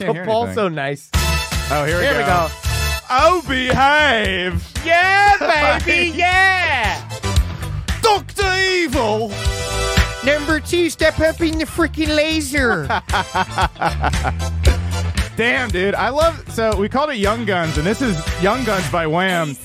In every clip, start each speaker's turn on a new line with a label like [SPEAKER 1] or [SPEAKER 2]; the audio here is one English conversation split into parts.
[SPEAKER 1] Can't hear
[SPEAKER 2] Football's
[SPEAKER 1] anything.
[SPEAKER 2] so nice.
[SPEAKER 1] oh, here,
[SPEAKER 2] Here we go.
[SPEAKER 1] Oh, behave.
[SPEAKER 2] Yeah, baby, yeah.
[SPEAKER 1] Dr. Evil.
[SPEAKER 2] Number two, step up in the freaking laser.
[SPEAKER 1] Damn, dude. I love so we called it Young Guns, and this is Young Guns by Wham.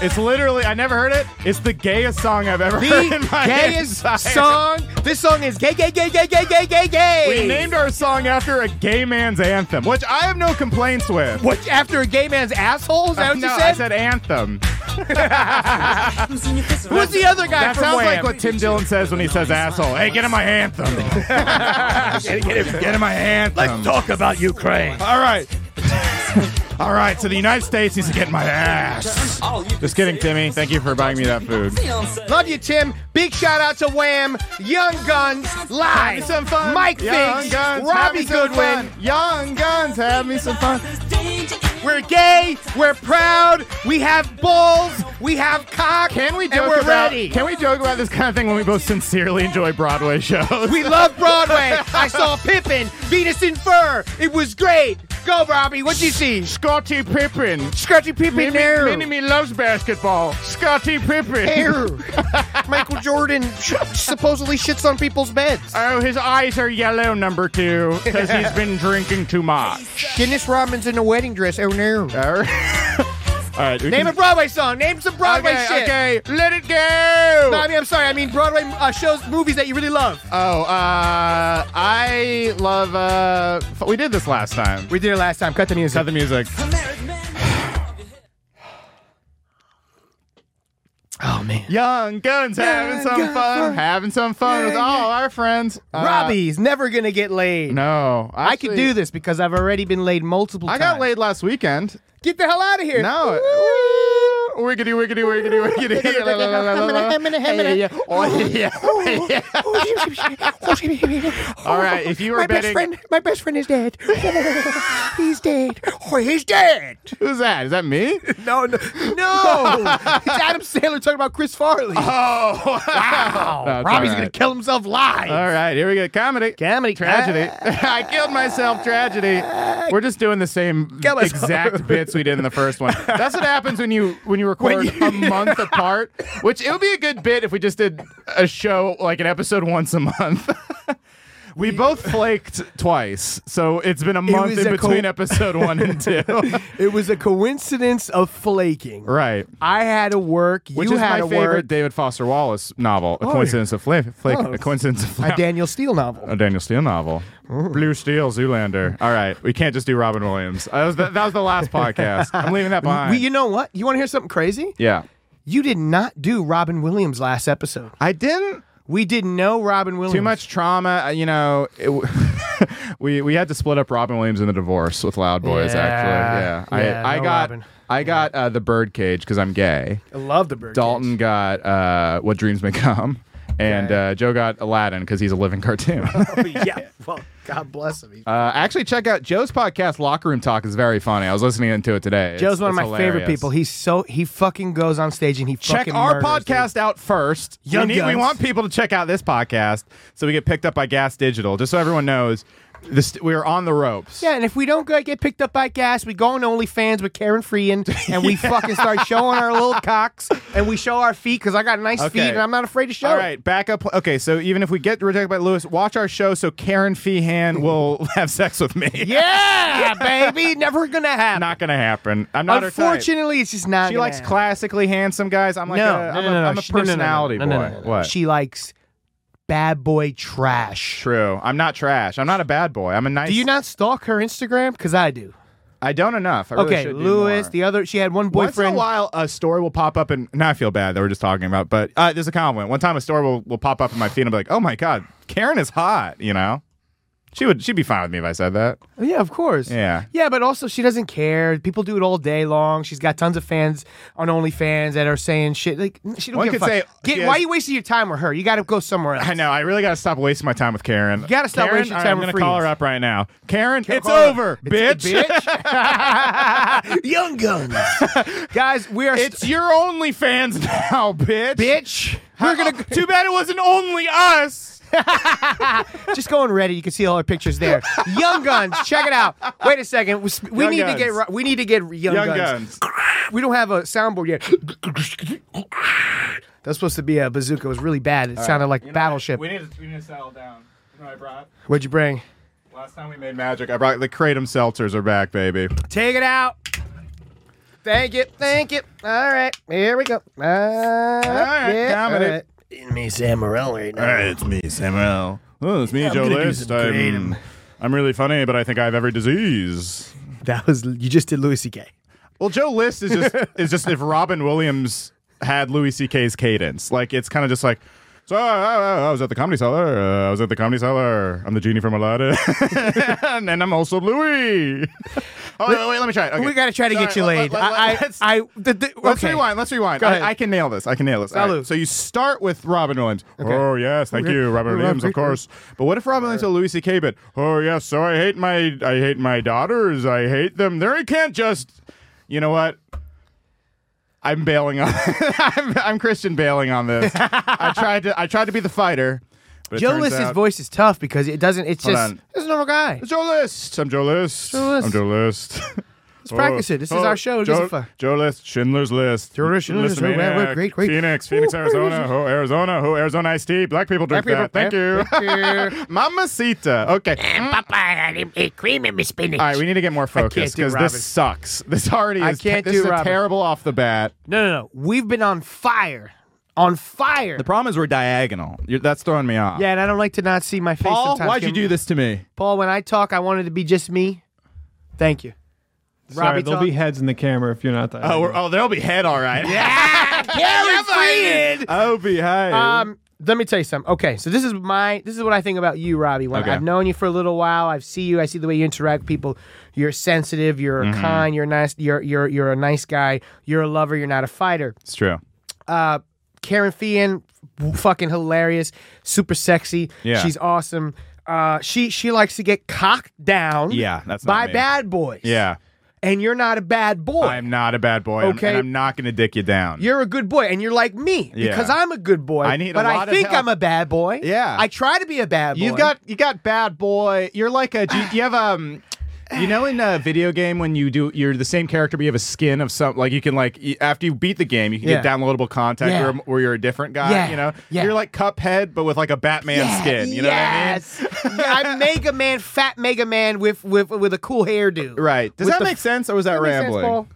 [SPEAKER 1] It's literally I never heard it. It's the gayest song I've ever heard in
[SPEAKER 2] the
[SPEAKER 1] my
[SPEAKER 2] gayest
[SPEAKER 1] entire-
[SPEAKER 2] song. This song is gay, gay, gay, gay, gay, gay, gay, gay.
[SPEAKER 1] We named our song after a gay man's anthem, which I have no complaints with.
[SPEAKER 2] what after a gay man's asshole? Is
[SPEAKER 1] Uh,
[SPEAKER 2] that what
[SPEAKER 1] no,
[SPEAKER 2] you said?
[SPEAKER 1] I said anthem.
[SPEAKER 2] Who's the other guy
[SPEAKER 1] That
[SPEAKER 2] from
[SPEAKER 1] sounds
[SPEAKER 2] Wham?
[SPEAKER 1] like what Tim Dillon says when he says asshole. Hey, get in my anthem. get in my anthem.
[SPEAKER 3] Talk about Ukraine.
[SPEAKER 1] All right. All right, so the United States needs to get in my ass. Just kidding, Timmy. Thank you for buying me that food.
[SPEAKER 2] Love you, Tim. Big shout out to Wham, Young Guns, Live,
[SPEAKER 1] Some fun.
[SPEAKER 2] Mike
[SPEAKER 1] Young Guns,
[SPEAKER 2] Finks,
[SPEAKER 1] have me
[SPEAKER 2] Robbie
[SPEAKER 1] some
[SPEAKER 2] Goodwin.
[SPEAKER 1] fun. Young Guns, have me some fun.
[SPEAKER 2] We're gay. We're proud. We have balls. We have cock.
[SPEAKER 1] Can we joke
[SPEAKER 2] and we're
[SPEAKER 1] about?
[SPEAKER 2] ready.
[SPEAKER 1] Can we joke about this kind of thing when we both sincerely enjoy Broadway shows?
[SPEAKER 2] we love Broadway. I saw Pippin, Venus in Fur. It was great. Go, Robbie. What'd you see?
[SPEAKER 1] Scotty Pippen.
[SPEAKER 2] Scratchy Pippin there.
[SPEAKER 1] Minnie Me loves basketball. Scotty Pippen.
[SPEAKER 2] Michael Jordan sh- supposedly shits on people's beds.
[SPEAKER 1] Oh, his eyes are yellow, number two, because he's been drinking too much.
[SPEAKER 2] Dennis Rodman's in a wedding dress. Oh no.
[SPEAKER 1] All right. All right. we
[SPEAKER 2] Name
[SPEAKER 1] can-
[SPEAKER 2] a Broadway song. Name some Broadway
[SPEAKER 1] okay,
[SPEAKER 2] shit. e-
[SPEAKER 1] Okay, let it go.
[SPEAKER 2] No, I mean, I'm sorry. I mean Broadway uh, shows, movies that you really love.
[SPEAKER 1] oh, uh, I love. Uh, f- we did this last time.
[SPEAKER 2] We did it last time. Cut the music.
[SPEAKER 1] Cut the music.
[SPEAKER 2] Oh man.
[SPEAKER 1] Young Guns having
[SPEAKER 2] Young
[SPEAKER 1] some
[SPEAKER 2] Guns.
[SPEAKER 1] fun, having some fun with all our friends. Uh,
[SPEAKER 2] Robbie's never gonna get laid.
[SPEAKER 1] No,
[SPEAKER 2] I could do this because I've already been laid multiple
[SPEAKER 1] I
[SPEAKER 2] times.
[SPEAKER 1] got laid last weekend.
[SPEAKER 2] Get the hell out of here.
[SPEAKER 1] No. Wiggity, wiggity, wiggity, wiggity. La, la, la, la, la, la. Hey, yeah. Oh, yeah. Yeah. All right, if you were
[SPEAKER 2] my
[SPEAKER 1] betting,
[SPEAKER 2] best friend, my best friend is dead. he's dead. Oh, he's dead.
[SPEAKER 1] who's that? Is that me?
[SPEAKER 2] No, no, no. it's Adam Sandler talking about Chris Farley.
[SPEAKER 1] Oh,
[SPEAKER 2] wow.
[SPEAKER 1] No, it's
[SPEAKER 2] Robbie's
[SPEAKER 1] all right.
[SPEAKER 2] gonna kill himself live.
[SPEAKER 1] All right, here we go. Comedy.
[SPEAKER 2] Comedy.
[SPEAKER 1] Tragedy.
[SPEAKER 2] Uh,
[SPEAKER 1] I killed myself. Tragedy. We're just doing the same
[SPEAKER 2] Kill myself.
[SPEAKER 1] exact bits we did in the first one. That's what happens when you when you record
[SPEAKER 2] When you-
[SPEAKER 1] a month apart. Which it would be a good bit if we just did a show like an episode once a month. We both flaked twice, so it's been a month
[SPEAKER 2] was
[SPEAKER 1] in
[SPEAKER 2] a co-
[SPEAKER 1] between episode one and two.
[SPEAKER 2] It was a coincidence of flaking.
[SPEAKER 1] right.
[SPEAKER 2] I had to work.
[SPEAKER 1] Which
[SPEAKER 2] you
[SPEAKER 1] is
[SPEAKER 2] had Oh.
[SPEAKER 1] my
[SPEAKER 2] to
[SPEAKER 1] favorite
[SPEAKER 2] work.
[SPEAKER 1] David Foster Wallace novel, A Coincidence of Flake, flake
[SPEAKER 2] Oh.
[SPEAKER 1] A Coincidence of Flake.
[SPEAKER 2] A Daniel Steele novel.
[SPEAKER 1] A Uh, Daniel Steele novel. Blue Steel, Zoolander. All right, we can't just do Robin Williams. That was the, that was the last podcast. I'm leaving that behind.
[SPEAKER 2] We, you know what? You want to hear something crazy?
[SPEAKER 1] yeah,
[SPEAKER 2] You did not do Robin Williams last episode.
[SPEAKER 1] I didn't.
[SPEAKER 2] We didn't know Robin Williams.
[SPEAKER 1] Too much trauma. uh, You know, it w- we we had to split up Robin Williams in the divorce with Loud Boys.
[SPEAKER 2] Yeah.
[SPEAKER 1] Actually, yeah.
[SPEAKER 2] Yeah,
[SPEAKER 1] I I
[SPEAKER 2] no
[SPEAKER 1] got
[SPEAKER 2] Robin.
[SPEAKER 1] I got uh, the Birdcage because I'm gay.
[SPEAKER 2] I love the bird.
[SPEAKER 1] Dalton got uh, What Dreams May Come, and uh, Joe got Aladdin because he's a living cartoon.
[SPEAKER 2] yeah. Well, God bless him.
[SPEAKER 1] Uh, actually, check out Joe's podcast. Locker room talk is very funny. I was listening into it today. It's-
[SPEAKER 2] Joe's one of my
[SPEAKER 1] it's
[SPEAKER 2] favorite
[SPEAKER 1] hilarious.
[SPEAKER 2] people. He's so he fucking goes on stage and he
[SPEAKER 1] check
[SPEAKER 2] fucking
[SPEAKER 1] our
[SPEAKER 2] murders, dude.
[SPEAKER 1] podcast out first.
[SPEAKER 2] Young
[SPEAKER 1] we, need, we
[SPEAKER 2] Guns.
[SPEAKER 1] want people to check out this podcast so we get picked up by Gas Digital. Just so everyone knows, this we are on the ropes.
[SPEAKER 2] Yeah, and if we don't go- get picked up by gas, we go on OnlyFans with Karen Freehan and we fucking start showing our little cocks and we show our feet because I got nice
[SPEAKER 1] Okay.
[SPEAKER 2] feet and I'm not afraid to show
[SPEAKER 1] All
[SPEAKER 2] it.
[SPEAKER 1] right, back up. Okay, so even if we get rejected by Lewis, watch our show so Karen Feehan will have sex with me.
[SPEAKER 2] Yeah, baby. Never gonna happen.
[SPEAKER 1] not gonna happen. I'm not her type.
[SPEAKER 2] Unfortunately, it's just not.
[SPEAKER 1] She
[SPEAKER 2] gonna
[SPEAKER 1] likes
[SPEAKER 2] happen.
[SPEAKER 1] classically handsome guys. I'm like,
[SPEAKER 2] no,
[SPEAKER 1] a,
[SPEAKER 2] no,
[SPEAKER 1] I'm
[SPEAKER 2] no,
[SPEAKER 1] a,
[SPEAKER 2] no,
[SPEAKER 1] I'm a
[SPEAKER 2] She- no, no, no,
[SPEAKER 1] personality
[SPEAKER 2] no, no,
[SPEAKER 1] boy.
[SPEAKER 2] no, no, no.
[SPEAKER 1] What?
[SPEAKER 2] She likes bad boy trash.
[SPEAKER 1] True. I'm not trash. I'm not a bad boy. I'm a nice.
[SPEAKER 2] Do you not stalk her Instagram? Because I do.
[SPEAKER 1] I don't enough. I really
[SPEAKER 2] okay,
[SPEAKER 1] should do
[SPEAKER 2] Lewis,
[SPEAKER 1] more.
[SPEAKER 2] the other, she had one
[SPEAKER 1] Once in a
[SPEAKER 2] boyfriend.
[SPEAKER 1] while, a story will pop up, and now I feel bad that we're just talking about. But uh, there's a compliment. One time, a story will, will pop up in my feed, and I'll be like, "Oh my god, Karen is hot." You know, she would she'd be fine with me if I said that.
[SPEAKER 2] Yeah, of course.
[SPEAKER 1] Yeah.
[SPEAKER 2] Yeah, but also she doesn't care. People do it all day long. She's got tons of fans on OnlyFans that are saying shit. Like she don't
[SPEAKER 1] One
[SPEAKER 2] give a
[SPEAKER 1] could
[SPEAKER 2] fuck.
[SPEAKER 1] say
[SPEAKER 2] Get,
[SPEAKER 1] she
[SPEAKER 2] why
[SPEAKER 1] has-
[SPEAKER 2] are you wasting your time with her? You got to go somewhere else.
[SPEAKER 1] I know. I really got to stop wasting my time with Karen. You
[SPEAKER 2] gotta stop
[SPEAKER 1] Karen,
[SPEAKER 2] wasting
[SPEAKER 1] all right,
[SPEAKER 2] time
[SPEAKER 1] I'm
[SPEAKER 2] with
[SPEAKER 1] gonna call
[SPEAKER 2] friends.
[SPEAKER 1] her up right now. Karen, it's
[SPEAKER 2] Call her.
[SPEAKER 1] over,
[SPEAKER 2] It's-
[SPEAKER 1] bitch.
[SPEAKER 2] bitch. Young guns, guys. We are. st-
[SPEAKER 1] It's your OnlyFans now, bitch.
[SPEAKER 2] bitch. We're gonna.
[SPEAKER 1] Too bad it wasn't only us.
[SPEAKER 2] Just go on Reddit. You can see all our pictures there. Young Guns, check it out. Wait a second. We, we
[SPEAKER 1] Young
[SPEAKER 2] need to get
[SPEAKER 1] Guns.
[SPEAKER 2] ri- we need to get Young,
[SPEAKER 1] Young
[SPEAKER 2] guns.
[SPEAKER 1] Guns.
[SPEAKER 2] We don't have a soundboard yet. That's supposed to be a bazooka. It was really bad. It sounded like Battleship.
[SPEAKER 1] need to, we need to settle down. You know what I brought?
[SPEAKER 2] What'd you bring?
[SPEAKER 1] Last time we made magic, I brought the kratom seltzers are back, baby.
[SPEAKER 2] Take it out. Thank it. Thank it. All right. Here we go. all right.
[SPEAKER 1] comedy.
[SPEAKER 2] In me, Sam Morrell right now.
[SPEAKER 1] it's me, Samuel. Oh, it's me, Joe
[SPEAKER 2] gonna do
[SPEAKER 1] List.
[SPEAKER 2] some
[SPEAKER 1] I'm,
[SPEAKER 2] kratom.
[SPEAKER 1] I'm really funny, but I think I have every disease.
[SPEAKER 2] That was you just did Louis C.K.
[SPEAKER 1] Well, Joe List is just is just if Robin Williams had Louis C.K.'s cadence, like it's kind of just like. So uh, uh, I was at the comedy cellar. Uh, I was at the comedy cellar. I'm the genie from Aladdin, and, and I'm also Louis. oh wait, wait, let me try it. Okay.
[SPEAKER 2] We gotta try to get you
[SPEAKER 1] Sorry, let-
[SPEAKER 2] laid.
[SPEAKER 1] let- let-
[SPEAKER 2] I, I,
[SPEAKER 1] let's-
[SPEAKER 2] I, the, the,
[SPEAKER 1] Let's
[SPEAKER 2] okay.
[SPEAKER 1] rewind. Let's rewind.
[SPEAKER 2] Go ahead.
[SPEAKER 1] I, I can nail this. I can nail this. All
[SPEAKER 2] Salud.
[SPEAKER 1] So you start with Robin Williams. Oh yes, thank
[SPEAKER 2] Okay.
[SPEAKER 1] you, Robin
[SPEAKER 2] Robin
[SPEAKER 1] Williams, of
[SPEAKER 2] Williams.
[SPEAKER 1] course. But what if Robin Williams or Louis C.K. But oh yes, so I hate my I hate my daughters. I hate them. There I can't just. You know what? I'm bailing on. I'm, I'm Christian bailing on this. I tried to I tried to be the fighter. But it
[SPEAKER 2] Joe
[SPEAKER 1] turns
[SPEAKER 2] List's
[SPEAKER 1] out-
[SPEAKER 2] voice is tough because it doesn't. It's
[SPEAKER 1] Hold
[SPEAKER 2] just
[SPEAKER 1] on.
[SPEAKER 2] it's a normal guy.
[SPEAKER 1] Joe List. I'm Joe List.
[SPEAKER 2] Joe List.
[SPEAKER 1] I'm Joe List. Let's
[SPEAKER 2] practice it. This is our show. Who gives a
[SPEAKER 1] Oh, Joe,
[SPEAKER 2] fuck?
[SPEAKER 1] Joe List. Schindler's List.
[SPEAKER 2] Joe Schindler's List.
[SPEAKER 1] Listomaniac,
[SPEAKER 2] Wow, wow, great, great.
[SPEAKER 1] Phoenix. Phoenix,
[SPEAKER 2] Ooh,
[SPEAKER 1] Arizona. Ho, Arizona. Ho, Arizona iced tea. Black people drink
[SPEAKER 2] Black
[SPEAKER 1] that.
[SPEAKER 2] people-
[SPEAKER 1] Thank you. Mamacita. Okay. All
[SPEAKER 3] Papa, I eat cream in my spinach.
[SPEAKER 1] right. We need to get more focused
[SPEAKER 2] do
[SPEAKER 1] because
[SPEAKER 2] Robin.
[SPEAKER 1] this sucks. This already is.
[SPEAKER 2] I can't
[SPEAKER 1] this
[SPEAKER 2] do
[SPEAKER 1] is a
[SPEAKER 2] Robin.
[SPEAKER 1] terrible off the bat.
[SPEAKER 2] No, no, no. We've been on fire, on fire.
[SPEAKER 1] The problem is we're diagonal. You're, that's throwing me off.
[SPEAKER 2] yeah, and I don't like to not see my face.
[SPEAKER 1] Paul,
[SPEAKER 2] sometimes.
[SPEAKER 1] why'd you
[SPEAKER 2] Can-
[SPEAKER 1] do this to me?
[SPEAKER 2] Paul? When I talk, I wanted to be just me. Thank you,
[SPEAKER 4] Sorry,
[SPEAKER 2] Robbie.
[SPEAKER 4] there'll
[SPEAKER 2] talk.
[SPEAKER 4] be heads in the camera if you're not that.
[SPEAKER 1] Oh, we're, oh, there'll be head, all right. Yeah.
[SPEAKER 2] Karen
[SPEAKER 1] I'll be head.
[SPEAKER 2] Um, let me tell you something. Okay, so this is my this is what I think about you, Robbie. When
[SPEAKER 1] Okay.
[SPEAKER 2] I've known you for a little while, I've see you. I see the way you interact with people. You're sensitive. You're
[SPEAKER 1] Mm-hmm.
[SPEAKER 2] kind. You're nice. You're you're you're a nice guy. You're a lover. You're not a fighter.
[SPEAKER 1] it's true.
[SPEAKER 2] Uh, Karen Fian, w- fucking hilarious, super sexy.
[SPEAKER 1] Yeah.
[SPEAKER 2] she's awesome. Uh, she she likes to get cocked down.
[SPEAKER 1] Yeah, that's not
[SPEAKER 2] by
[SPEAKER 1] me.
[SPEAKER 2] bad boys.
[SPEAKER 1] Yeah.
[SPEAKER 2] and you're not a bad boy.
[SPEAKER 1] I'm not a bad boy. Okay.
[SPEAKER 2] Okay.
[SPEAKER 1] And I'm not going to dick you down.
[SPEAKER 2] You're a good boy, and you're like me
[SPEAKER 1] Yeah.
[SPEAKER 2] because I'm a good boy.
[SPEAKER 1] I need a
[SPEAKER 2] but
[SPEAKER 1] lot
[SPEAKER 2] I
[SPEAKER 1] of
[SPEAKER 2] think
[SPEAKER 1] help.
[SPEAKER 2] I'm a bad boy.
[SPEAKER 1] Yeah.
[SPEAKER 2] I try to be a bad boy.
[SPEAKER 1] You've got you got bad boy. You're like a do you, do you have um you know in a video game when you do you're the same character but you have a skin of some like you can like y- after you beat the game you can get
[SPEAKER 2] Yeah.
[SPEAKER 1] downloadable content
[SPEAKER 2] Yeah.
[SPEAKER 1] where, where you're a different guy
[SPEAKER 2] Yeah.
[SPEAKER 1] you know
[SPEAKER 2] Yeah.
[SPEAKER 1] you're like Cuphead but with like a Batman skin you know
[SPEAKER 2] yes. what I mean? yeah, I'm Mega Man, fat Mega Man with with with a cool hairdo.
[SPEAKER 1] what I mean right does
[SPEAKER 2] With
[SPEAKER 1] that
[SPEAKER 2] the
[SPEAKER 1] make
[SPEAKER 2] f-
[SPEAKER 1] sense or was that,
[SPEAKER 2] That makes sense,
[SPEAKER 1] rambling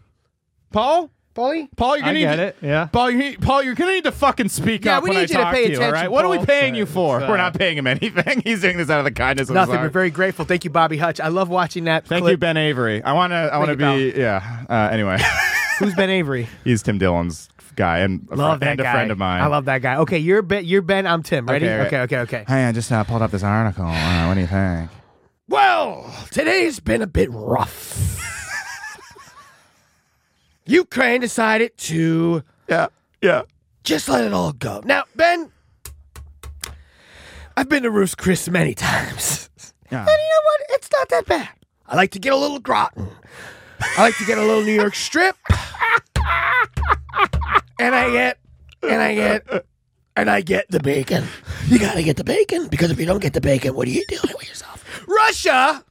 [SPEAKER 2] Paul.
[SPEAKER 1] Paul
[SPEAKER 2] Paulie?
[SPEAKER 1] Paul you're
[SPEAKER 4] I
[SPEAKER 1] gonna need
[SPEAKER 4] get
[SPEAKER 1] to-
[SPEAKER 4] it. Yeah.
[SPEAKER 1] Paul, you need, Paul, you're gonna need to fucking speak
[SPEAKER 2] Yeah,
[SPEAKER 1] up
[SPEAKER 2] we
[SPEAKER 1] when
[SPEAKER 2] need
[SPEAKER 1] I
[SPEAKER 2] you to
[SPEAKER 1] talk
[SPEAKER 2] pay
[SPEAKER 1] to you. All
[SPEAKER 2] attention,
[SPEAKER 1] right, what are we
[SPEAKER 2] Paul.
[SPEAKER 1] paying you for?
[SPEAKER 4] It's, uh,
[SPEAKER 1] We're not paying him anything. He's doing this out of the kindness of his
[SPEAKER 2] Nothing.
[SPEAKER 1] heart.
[SPEAKER 2] We're very grateful. Thank you, Bobby Hutch. I love watching that.
[SPEAKER 1] Thank you,
[SPEAKER 2] clip.
[SPEAKER 1] Ben Avery. I wanna, I wanna
[SPEAKER 2] Thank you,
[SPEAKER 1] be, yeah. Uh, anyway.
[SPEAKER 2] Who's Ben Avery?
[SPEAKER 1] He's Tim Dillon's guy and a,
[SPEAKER 2] Love
[SPEAKER 1] friend,
[SPEAKER 2] that
[SPEAKER 1] and a
[SPEAKER 2] guy.
[SPEAKER 1] friend of mine.
[SPEAKER 2] I love that guy. Okay, you're Ben. You're Ben. I'm Tim. Ready?
[SPEAKER 1] Okay,
[SPEAKER 2] Okay.
[SPEAKER 1] okay.
[SPEAKER 2] Okay. Okay.
[SPEAKER 1] Hey, I just uh, pulled up this article. Uh, what do you think?
[SPEAKER 2] Well, today's been a bit rough. Ukraine decided to
[SPEAKER 1] Yeah, yeah.
[SPEAKER 2] just let it all go. Now, Ben, I've been to Ruth's Chris many times.
[SPEAKER 1] Yeah.
[SPEAKER 2] And you know what? It's not that bad. I like to get a little groton. I like to get a little New York strip. and I get, and I get, and I get the bacon.
[SPEAKER 3] You gotta get the bacon because if you don't get the bacon, what are you doing with yourself?
[SPEAKER 2] Russia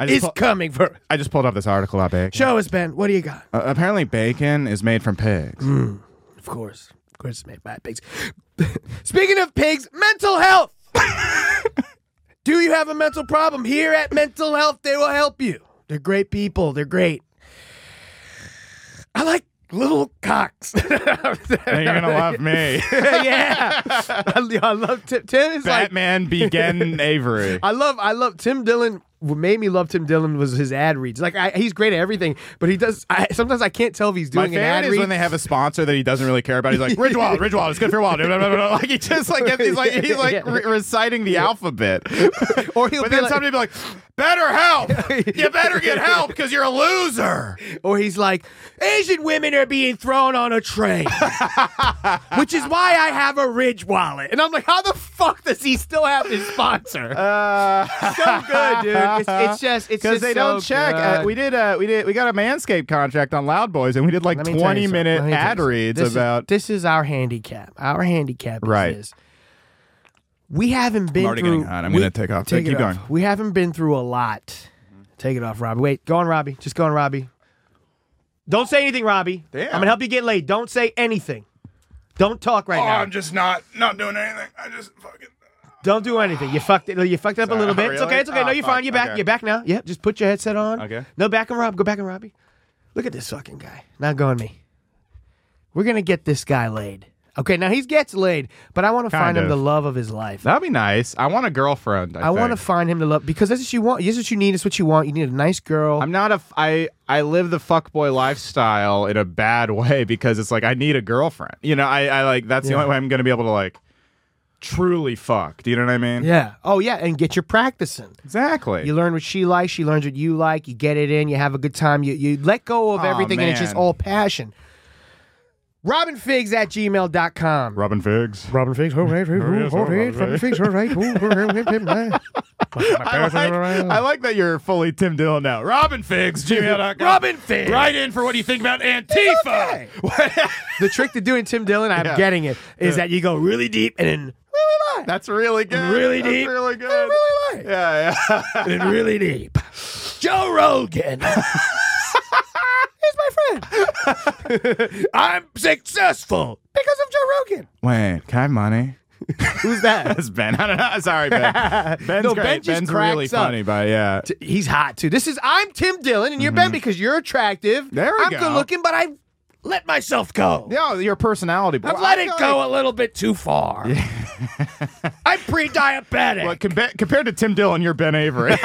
[SPEAKER 1] I just,
[SPEAKER 2] is
[SPEAKER 1] pull-
[SPEAKER 2] coming for.
[SPEAKER 1] I just pulled up this article about bacon.
[SPEAKER 2] Show us, Ben. What do you got?
[SPEAKER 1] Uh, apparently, bacon is made from pigs.
[SPEAKER 2] Of course. Of course, it's made by pigs. Speaking of pigs, mental health. Do you have a mental problem? Here at Mental Health, they will help you. They're great people. They're great. I like little cocks.
[SPEAKER 1] Now you're gonna love me,
[SPEAKER 2] yeah. I, I love Tim. Tim is like
[SPEAKER 1] Batman began Avery.
[SPEAKER 2] I love I love Tim Dillon. What made me love Tim Dillon was his ad reads. Like I, he's great at everything, but he does. I, sometimes I can't tell if he's
[SPEAKER 1] My
[SPEAKER 2] doing an ad
[SPEAKER 1] favorite is
[SPEAKER 2] read.
[SPEAKER 1] when they have a sponsor that he doesn't really care about. He's like Ridgewald, Ridgewald, it's good for your wallet. Blah, blah, blah, blah. Like he just like gets- he's like he's like re- reciting the alphabet.
[SPEAKER 2] Or he'll
[SPEAKER 1] but
[SPEAKER 2] be
[SPEAKER 1] then
[SPEAKER 2] like-
[SPEAKER 1] somebody be like, "Better help! You better get help because you're a loser."
[SPEAKER 2] Or he's like, Asian women are being thrown on a train, which is why I have a Ridge wallet. And I'm like, how the fuck does he still have his sponsor? so good, dude. It's, it's just, it's
[SPEAKER 1] because
[SPEAKER 2] just
[SPEAKER 1] Uh, they
[SPEAKER 2] so
[SPEAKER 1] don't check. Uh,
[SPEAKER 2] good.
[SPEAKER 1] we did. Uh, we did. We got a Manscaped contract on Loud Boys, and we did like
[SPEAKER 2] Let me tell you
[SPEAKER 1] twenty
[SPEAKER 2] something.
[SPEAKER 1] minute
[SPEAKER 2] Let me tell you
[SPEAKER 1] ad
[SPEAKER 2] something.
[SPEAKER 1] reads
[SPEAKER 2] this
[SPEAKER 1] about.
[SPEAKER 2] Is, this is our handicap. Our handicap
[SPEAKER 1] Right.
[SPEAKER 2] is this. We haven't been
[SPEAKER 1] already
[SPEAKER 2] through.
[SPEAKER 1] getting hot. I'm
[SPEAKER 2] we-
[SPEAKER 1] gonna take off.
[SPEAKER 2] Take
[SPEAKER 1] Keep
[SPEAKER 2] it off.
[SPEAKER 1] going.
[SPEAKER 2] We haven't been through a lot. Take it off, Robbie. Wait, go on, Robbie. Just go on, Robbie. Don't say anything, Robbie.
[SPEAKER 1] Damn.
[SPEAKER 2] I'm gonna help you get laid. Don't say anything. Don't talk right now.
[SPEAKER 1] Oh, just not not doing anything. I just fucking.
[SPEAKER 2] Don't do anything. You fucked it. You fucked it up a little bit. It's
[SPEAKER 1] Really?
[SPEAKER 2] okay. It's okay.
[SPEAKER 1] Oh,
[SPEAKER 2] no, you're
[SPEAKER 1] fuck.
[SPEAKER 2] fine. You're back.
[SPEAKER 1] Okay.
[SPEAKER 2] You're back now. Yeah. Just put your headset on.
[SPEAKER 1] Okay.
[SPEAKER 2] No, back and Rob. Go back and Robbie. Look at this fucking guy. Not going me. We're gonna get this guy laid. Okay. Now he gets laid, but I want to find him
[SPEAKER 1] of.
[SPEAKER 2] the love of his life.
[SPEAKER 1] That'd be nice. I want a girlfriend. I,
[SPEAKER 2] I want to
[SPEAKER 1] think.
[SPEAKER 2] find him the love because that's what you want. This is what you need. It's what you want. You need a nice girl.
[SPEAKER 1] I'm not a. F- I I live the fuckboy lifestyle in a bad way because it's like I need a girlfriend. You know, I I like that's the
[SPEAKER 2] Yeah.
[SPEAKER 1] only way I'm gonna be able to like truly fuck. Do you know what I mean?
[SPEAKER 2] yeah. Oh yeah. And get your practicing.
[SPEAKER 1] Exactly.
[SPEAKER 2] You learn what she likes. She learns what you like. You get it in. You have a good time. You, you let go of
[SPEAKER 1] Aw,
[SPEAKER 2] everything, and it's just
[SPEAKER 1] man.
[SPEAKER 2] all passion. RobinFigs at gmail.com.
[SPEAKER 1] Rubbing figs.
[SPEAKER 2] Robin Figs, all right, all
[SPEAKER 1] yes, all right, Robin
[SPEAKER 2] Figs, all right.
[SPEAKER 1] I like, I like that you're fully Tim Dillon now. Robin figs. Gmail.com.
[SPEAKER 2] Robin Figs.
[SPEAKER 1] Write in for what you think about Antifa.
[SPEAKER 2] The trick to doing Tim Dillon, I'm
[SPEAKER 1] Yeah.
[SPEAKER 2] getting it, is that you go really deep and then really light.
[SPEAKER 1] That's really good.
[SPEAKER 2] Really
[SPEAKER 1] That's
[SPEAKER 2] deep.
[SPEAKER 1] Really good.
[SPEAKER 2] really light.
[SPEAKER 1] yeah, yeah.
[SPEAKER 2] And then really deep.
[SPEAKER 3] Joe Rogan.
[SPEAKER 2] He's my friend
[SPEAKER 3] I'm successful.
[SPEAKER 2] because of Joe Rogan.
[SPEAKER 1] Wait, can I have money?
[SPEAKER 2] Who's that?
[SPEAKER 1] That's Ben. I don't know. Sorry, Ben. Ben's
[SPEAKER 2] No,
[SPEAKER 1] great.
[SPEAKER 2] Ben just
[SPEAKER 1] Ben's really
[SPEAKER 2] cracks up.
[SPEAKER 1] funny, but yeah.
[SPEAKER 2] He's hot too. This is I'm Tim Dillon and you're Ben because you're attractive.
[SPEAKER 1] Mm-hmm. There we
[SPEAKER 2] I'm
[SPEAKER 1] go.
[SPEAKER 2] good looking, but I
[SPEAKER 3] Let myself go.
[SPEAKER 1] No, your personality.
[SPEAKER 3] I've let it go a little bit too far. I'm pre-diabetic.
[SPEAKER 1] Well, compa- compared to Tim Dillon, you're Ben Avery.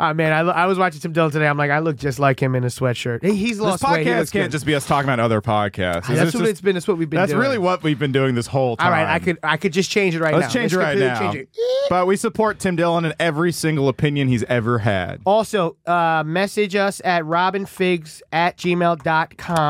[SPEAKER 2] Oh man, I, lo- I was watching Tim Dillon today. I'm like, I look just like him in a sweatshirt. Hey, he's
[SPEAKER 1] this
[SPEAKER 2] lost weight. He
[SPEAKER 1] podcast
[SPEAKER 2] looks
[SPEAKER 1] can't
[SPEAKER 2] good.
[SPEAKER 1] just be us talking about other podcasts.
[SPEAKER 2] That's
[SPEAKER 1] It's
[SPEAKER 2] what
[SPEAKER 1] just-
[SPEAKER 2] it's been. That's what we've been.
[SPEAKER 1] that's
[SPEAKER 2] doing.
[SPEAKER 1] really what we've been doing this whole time.
[SPEAKER 2] All right, I could I could just change it right
[SPEAKER 1] Let's
[SPEAKER 2] now.
[SPEAKER 1] change it right
[SPEAKER 2] completely
[SPEAKER 1] now.
[SPEAKER 2] change it.
[SPEAKER 1] But we support Tim Dillon in every single opinion he's ever had.
[SPEAKER 2] Also, uh, message us at robinfigs at gmail.com.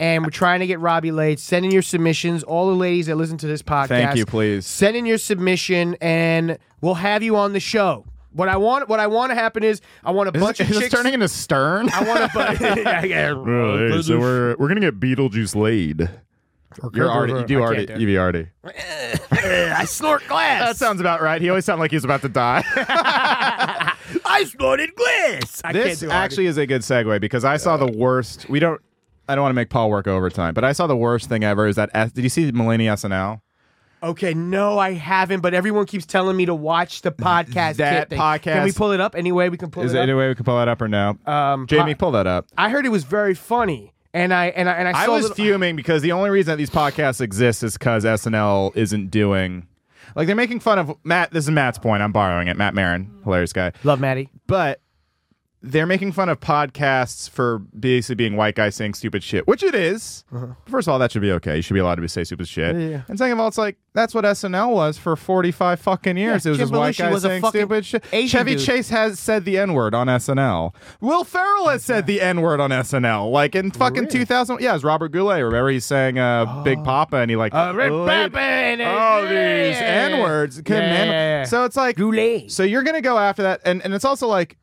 [SPEAKER 2] And we're trying to get Robbie laid. Send in your submissions. All the ladies that listen to this podcast.
[SPEAKER 1] Thank you, please.
[SPEAKER 2] Send in your submission and we'll have you on the show. What I want what I want to happen is I want a
[SPEAKER 1] Is,
[SPEAKER 2] bunch
[SPEAKER 1] it-
[SPEAKER 2] of
[SPEAKER 1] is this
[SPEAKER 2] chicks.
[SPEAKER 1] turning into Stern?
[SPEAKER 2] I want Oh, a bu- Yeah, yeah.
[SPEAKER 1] so we're we're gonna get Beetlejuice laid. You're already you do
[SPEAKER 2] I can't
[SPEAKER 1] already
[SPEAKER 2] do it.
[SPEAKER 1] you be already.
[SPEAKER 3] I snort glass.
[SPEAKER 1] That sounds about right. He always sounded like he was about to die.
[SPEAKER 3] I snorted glass. I
[SPEAKER 1] this
[SPEAKER 2] do it, Harvey.
[SPEAKER 1] actually is a good segue because I saw the worst. We don't. I don't want to make Paul work overtime, but I saw the worst thing ever. Is that S- did you see Millennium SNL?
[SPEAKER 2] Okay, no, I haven't, but everyone keeps telling me to watch the podcast.
[SPEAKER 1] That
[SPEAKER 2] kit thing.
[SPEAKER 1] podcast-
[SPEAKER 2] Can we pull it up anyway? We can pull
[SPEAKER 1] Is
[SPEAKER 2] it
[SPEAKER 1] there
[SPEAKER 2] up.
[SPEAKER 1] any way we can pull that up or no?
[SPEAKER 2] Um,
[SPEAKER 1] Jamie,
[SPEAKER 2] po-
[SPEAKER 1] pull that up.
[SPEAKER 2] I heard it was very funny, and I and I and I,
[SPEAKER 1] I
[SPEAKER 2] saw
[SPEAKER 1] was
[SPEAKER 2] little-
[SPEAKER 1] fuming because the only reason that these podcasts exist is because SNL isn't doing. Like they're making fun of Matt. This is Matt's point. I'm borrowing it. Matt Marin, hilarious guy.
[SPEAKER 2] Love Maddie.
[SPEAKER 1] but they're making fun of podcasts for basically being white guys saying stupid shit, which it is. First of all, that should be okay. You should be allowed to be- say stupid shit.
[SPEAKER 2] Uh-huh. Yeah, yeah.
[SPEAKER 1] And second of all, it's like that's what SNL was for forty five fucking years.
[SPEAKER 2] Yeah,
[SPEAKER 1] it was
[SPEAKER 2] Jim
[SPEAKER 1] just white
[SPEAKER 2] Belushi
[SPEAKER 1] guys
[SPEAKER 2] was a
[SPEAKER 1] saying
[SPEAKER 2] fucking
[SPEAKER 1] stupid shit.
[SPEAKER 2] Asian
[SPEAKER 1] Chevy
[SPEAKER 2] dude.
[SPEAKER 1] Chase has said the n word on SNL. Will Ferrell has said the n word on SNL. Like in fucking two thousand. Yeah, it's Robert Goulet. Remember he's saying uh,
[SPEAKER 2] Oh.
[SPEAKER 1] Big Papa, and he like
[SPEAKER 2] Uh,
[SPEAKER 1] laid all these n words.
[SPEAKER 2] yeah, yeah.
[SPEAKER 1] So it's like
[SPEAKER 2] Goulet.
[SPEAKER 1] so you're gonna go after that, and, and it's also like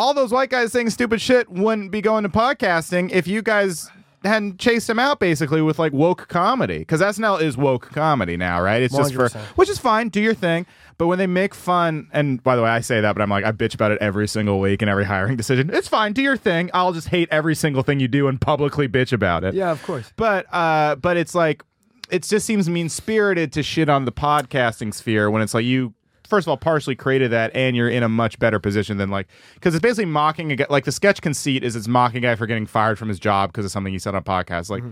[SPEAKER 1] all those white guys saying stupid shit wouldn't be going to podcasting if you guys hadn't chased them out basically with like woke comedy because SNL is woke comedy now, right? It's just for
[SPEAKER 2] 100%.
[SPEAKER 1] which is fine, do your thing. But when they make fun, and by the way, I say that, but I'm like I bitch about it every single week and every hiring decision. It's fine, do your thing. I'll just hate every single thing you do and publicly bitch about it.
[SPEAKER 2] Yeah, of course.
[SPEAKER 1] But uh, but it's like it just seems mean spirited to shit on the podcasting sphere when it's like you first of all partially created that and you're in a much better position than like because it's basically mocking a guy like the sketch conceit is it's mocking a guy for getting fired from his job because of something he said on a podcast
[SPEAKER 2] Mm-hmm.
[SPEAKER 1] like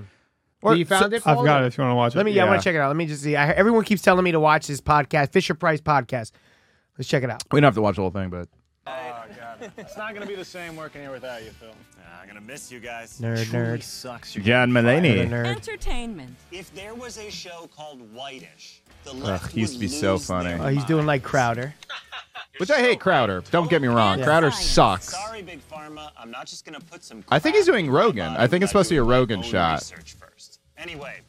[SPEAKER 1] or-
[SPEAKER 2] you found
[SPEAKER 1] so-
[SPEAKER 2] it?
[SPEAKER 4] I've
[SPEAKER 2] Paul?
[SPEAKER 4] got it. If you want to watch it,
[SPEAKER 2] Let me. Yeah, I
[SPEAKER 1] Yeah.
[SPEAKER 2] want to check it out. Let me just see. I, everyone keeps telling me to watch this podcast, Fisher Price podcast. Let's check it out.
[SPEAKER 1] we don't have to watch the whole thing but
[SPEAKER 5] It's not gonna be the same working here without you, Phil. I'm gonna miss you guys.
[SPEAKER 2] Nerd,
[SPEAKER 5] Truly
[SPEAKER 2] nerd.
[SPEAKER 5] sucks. You're
[SPEAKER 1] John Mulaney
[SPEAKER 2] Nerd.
[SPEAKER 6] Entertainment.
[SPEAKER 5] If there was a show called Whitish, the left
[SPEAKER 1] he used
[SPEAKER 5] would
[SPEAKER 1] to be so
[SPEAKER 5] lose their
[SPEAKER 1] funny.
[SPEAKER 2] Oh, he's doing like Crowder.
[SPEAKER 1] which I hate Crowder don't get me wrong
[SPEAKER 6] Yeah.
[SPEAKER 1] Crowder
[SPEAKER 6] Science.
[SPEAKER 1] sucks
[SPEAKER 5] Sorry, Big Pharma. I'm not just gonna put some.
[SPEAKER 1] I think he's doing
[SPEAKER 5] crap on
[SPEAKER 1] Rogan.
[SPEAKER 5] my body
[SPEAKER 1] I think it's
[SPEAKER 5] without
[SPEAKER 1] supposed to be a
[SPEAKER 5] doing my
[SPEAKER 1] Rogan
[SPEAKER 5] own
[SPEAKER 1] shot.
[SPEAKER 5] research first. Anyway,